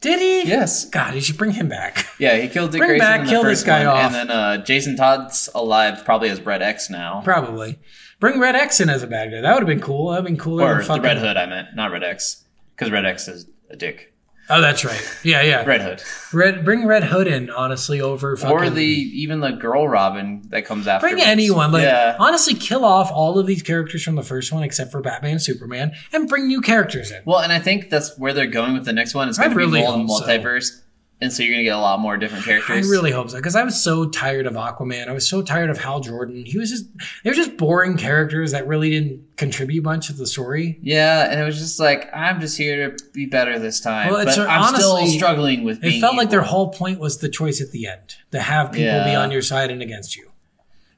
Speaker 1: Did he?
Speaker 2: yes,
Speaker 1: God, you should bring him back.
Speaker 2: yeah. He killed Dick
Speaker 1: Bring
Speaker 2: Grayson
Speaker 1: back,
Speaker 2: in the
Speaker 1: kill this
Speaker 2: first
Speaker 1: guy
Speaker 2: one,
Speaker 1: off.
Speaker 2: and then uh, Jason Todd's alive, probably as Red X now,
Speaker 1: Probably. Bring Red X in as a bad guy. That would have been cool. That would have been cooler
Speaker 2: or
Speaker 1: than fucking.
Speaker 2: the Red Hood. I meant not Red X, because Red X is a dick.
Speaker 1: Oh, that's right. Yeah, yeah. Red.
Speaker 2: Red Hood,
Speaker 1: bring Red Hood in, honestly, over fucking.
Speaker 2: or the even the girl Robin that comes after.
Speaker 1: Bring anyone. Like,
Speaker 2: yeah,
Speaker 1: honestly, kill off all of these characters from the first one except for Batman and Superman and bring new characters in.
Speaker 2: Well, and I think that's where they're going with the next one. It's
Speaker 1: I
Speaker 2: going to
Speaker 1: really
Speaker 2: be more in the
Speaker 1: hope so.
Speaker 2: multiverse, and so you're going to get a lot more different
Speaker 1: I
Speaker 2: characters.
Speaker 1: really hope so because I was so tired of Aquaman. I was so tired of Hal Jordan. He was just, they were just boring characters that really didn't contribute much to the story.
Speaker 2: yeah, and it was just like I'm just here to be better this time.
Speaker 1: Well, it's-
Speaker 2: but I'm still
Speaker 1: honestly,
Speaker 2: struggling with.
Speaker 1: It
Speaker 2: being
Speaker 1: felt like their
Speaker 2: evil.
Speaker 1: whole point was the choice at the end to have people be
Speaker 2: Yeah.
Speaker 1: on your side and against you.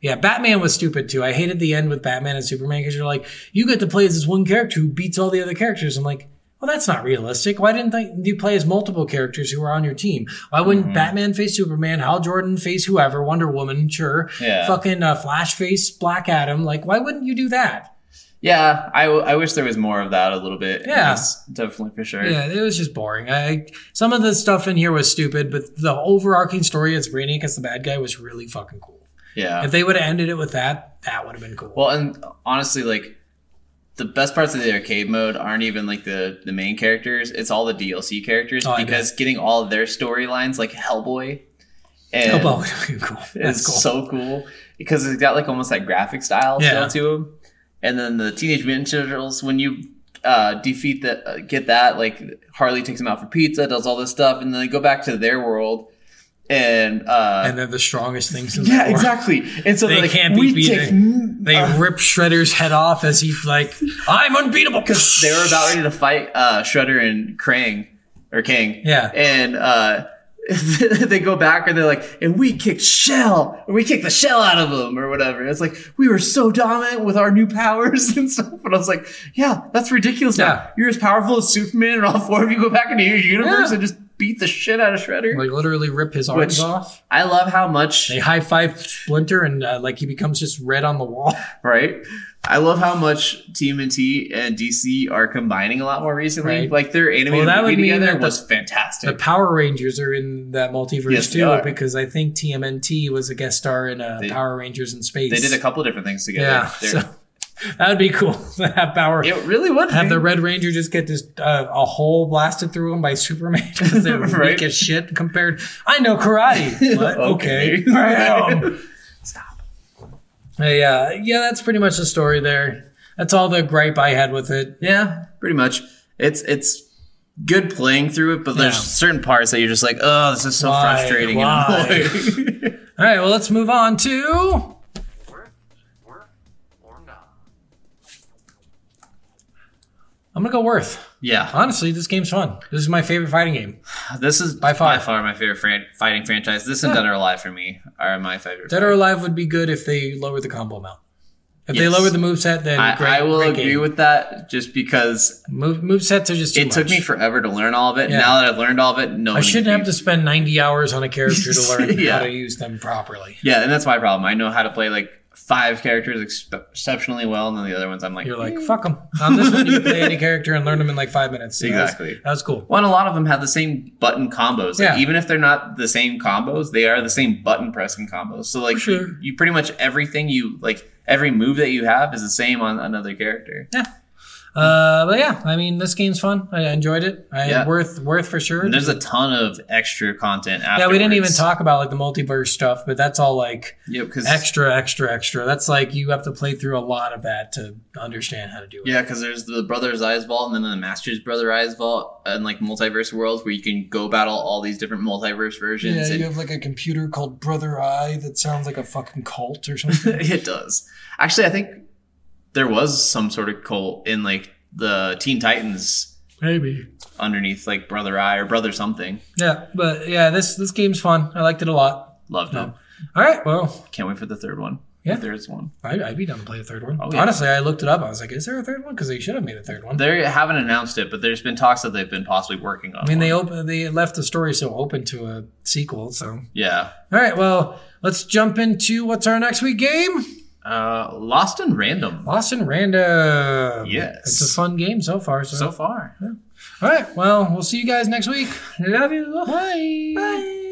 Speaker 1: Yeah, Batman was stupid too. I hated the end with Batman and Superman because you're like, you get to play as this one character who beats all the other characters. I'm like, well, that's not realistic. Why didn't they, you play as multiple characters who are on your team? Why wouldn't
Speaker 2: Mm-hmm.
Speaker 1: Batman face Superman, Hal Jordan face whoever, Wonder Woman, sure,
Speaker 2: Yeah.
Speaker 1: fucking uh, Flash face Black Adam? Like, why wouldn't you do that?
Speaker 2: Yeah, I, w- I wish there was more of that a little bit. in
Speaker 1: Yeah.
Speaker 2: this, definitely for sure.
Speaker 1: Yeah, it was just boring. I some of the stuff in here was stupid, but the overarching story as Brainiac as the bad guy was really fucking cool.
Speaker 2: Yeah.
Speaker 1: If they would have ended it with that, that would have been cool.
Speaker 2: Well, and honestly, like the best parts of the arcade mode aren't even like the the main characters. It's all the DLC characters
Speaker 1: Oh, I
Speaker 2: because getting all of their storylines, like Hellboy, and
Speaker 1: Hellboy would have been cool.
Speaker 2: is
Speaker 1: Oh, That's cool.
Speaker 2: so cool because it's got like almost that graphic style
Speaker 1: Yeah.
Speaker 2: still to him. And then the Teenage Mutant Ninja Turtles, when you uh, defeat the uh, get that, like Harley takes them out for pizza, does all this stuff, and then they go back to their world. And uh,
Speaker 1: and they're the strongest things in the
Speaker 2: Yeah,
Speaker 1: world.
Speaker 2: exactly. Uh, And so
Speaker 1: They
Speaker 2: they like,
Speaker 1: can't
Speaker 2: can't
Speaker 1: be
Speaker 2: we
Speaker 1: beaten.
Speaker 2: take m-
Speaker 1: They rip Shredder's head off as he's like, "I'm unbeatable." Because
Speaker 2: they were about ready to fight uh, Shredder and Krang or Kang.
Speaker 1: Yeah.
Speaker 2: and uh, they go back and they're like, and we kicked Shell, or we kicked the shell out of them, or whatever. It's like we were so dominant with our new powers and stuff. And I was like, yeah, that's ridiculous. Now
Speaker 1: Yeah.
Speaker 2: you're as powerful as Superman, and all four of you go back into your universe
Speaker 1: Yeah.
Speaker 2: and just beat the shit out of Shredder.
Speaker 1: like literally rip his arms
Speaker 2: Which-
Speaker 1: off.
Speaker 2: I love how much
Speaker 1: They high five Splinter, and uh, like he becomes just red on the wall.
Speaker 2: right? I love how much TMNT and DC are combining a lot more recently.
Speaker 1: Right.
Speaker 2: Like their
Speaker 1: Well,
Speaker 2: animated
Speaker 1: that would
Speaker 2: movie
Speaker 1: mean
Speaker 2: together
Speaker 1: that the-
Speaker 2: was
Speaker 1: The
Speaker 2: fantastic.
Speaker 1: Power Rangers are in that multiverse
Speaker 2: Yes, they
Speaker 1: too,
Speaker 2: are.
Speaker 1: because I think TMNT was a guest star in uh,
Speaker 2: They-
Speaker 1: Power Rangers in Space.
Speaker 2: they did a couple different things together.
Speaker 1: Yeah,
Speaker 2: They're-
Speaker 1: so that would be cool to have Power.
Speaker 2: it really would
Speaker 1: Have the
Speaker 2: be.
Speaker 1: Red Ranger just get this uh, a hole blasted through him by Superman because they're
Speaker 2: Right.
Speaker 1: weak as shit compared. I know karate. What? okay.
Speaker 2: Okay.
Speaker 1: Bam. Stop. Uh, yeah, yeah, that's pretty much the story there. That's all the gripe I had with it.
Speaker 2: Yeah, pretty much. It's it's good playing through it, but there's
Speaker 1: Yeah.
Speaker 2: certain parts that you're just like, oh, this is so
Speaker 1: Why?
Speaker 2: frustrating. and
Speaker 1: Why?
Speaker 2: annoying."
Speaker 1: All right, well, let's move on to
Speaker 6: Worth, worth, or not.
Speaker 1: I'm gonna go Worth.
Speaker 2: yeah,
Speaker 1: Honestly, this game's fun. This is my favorite fighting game.
Speaker 2: this is
Speaker 1: By
Speaker 2: by
Speaker 1: far.
Speaker 2: far, my favorite fran- fighting franchise. This and Dead or Alive for me are my favorite.
Speaker 1: Dead or Alive would be good if they lowered the combo amount. If they
Speaker 2: Yes.
Speaker 1: lowered the moveset, then
Speaker 2: I,
Speaker 1: great,
Speaker 2: I will
Speaker 1: great
Speaker 2: agree
Speaker 1: game.
Speaker 2: with that, just because
Speaker 1: move movesets are just too
Speaker 2: it took
Speaker 1: much.
Speaker 2: me forever to learn all of it.
Speaker 1: Yeah.
Speaker 2: Now that I've learned all of it, no,
Speaker 1: I shouldn't have to spend 90 hours on a character to learn
Speaker 2: Yeah.
Speaker 1: how to use them properly.
Speaker 2: Yeah, and that's my problem. I know how to play like five characters ex- exceptionally well, and then the other ones I'm like,
Speaker 1: You're like, fuck them. On this one, you can play any character and learn them in like five minutes. So that was-
Speaker 2: Exactly.
Speaker 1: That was cool.
Speaker 2: Well, and a lot of them have the same button combos. Like,
Speaker 1: Yeah.
Speaker 2: Even if they're not the same combos, they are the same button pressing combos. So like
Speaker 1: For sure.
Speaker 2: you, you pretty much everything you like every move that you have is the same on another character.
Speaker 1: Yeah. Uh, but yeah, I mean, this game's fun. I enjoyed it. I,
Speaker 2: Yeah.
Speaker 1: Worth, worth for sure.
Speaker 2: And there's a ton of extra content after.
Speaker 1: yeah, we didn't even talk about like the multiverse stuff, but that's all like
Speaker 2: Yeah, because
Speaker 1: extra, extra, extra. That's like you have to play through a lot of that to understand how to do it.
Speaker 2: yeah, because there's the Brothers Eyes Vault and then the Master's Brother Eyes Vault and like multiverse worlds where you can go battle all these different multiverse versions. and-
Speaker 1: like a computer called Brother Eye that sounds like a fucking cult or something.
Speaker 2: it does. Actually, I think there was some sort of cult in like the Teen Titans
Speaker 1: Maybe.
Speaker 2: underneath like brother eye or brother something.
Speaker 1: Yeah, but yeah, this this game's fun. I liked it a lot.
Speaker 2: Loved
Speaker 1: No.
Speaker 2: it.
Speaker 1: All right, well,
Speaker 2: Can't wait for the third one.
Speaker 1: Oh. Yeah.
Speaker 2: If there is one.
Speaker 1: I, I'd be down to play a third one.
Speaker 2: Oh, yeah.
Speaker 1: Honestly, I looked it up. I was like, is there a third one? Because they should have made a third one.
Speaker 2: They haven't announced it, but there's been talks that they've been possibly working on.
Speaker 1: I mean, they
Speaker 2: one.
Speaker 1: open they left the story so open to a sequel. So, all
Speaker 2: yeah.
Speaker 1: right, well, let's jump into what's our next week game?
Speaker 2: Uh, Lost in Random.
Speaker 1: Lost in Random.
Speaker 2: Yes.
Speaker 1: it's a fun game so far. So,
Speaker 2: So far.
Speaker 1: all right, well, we'll see you guys next week. Love you. Bye.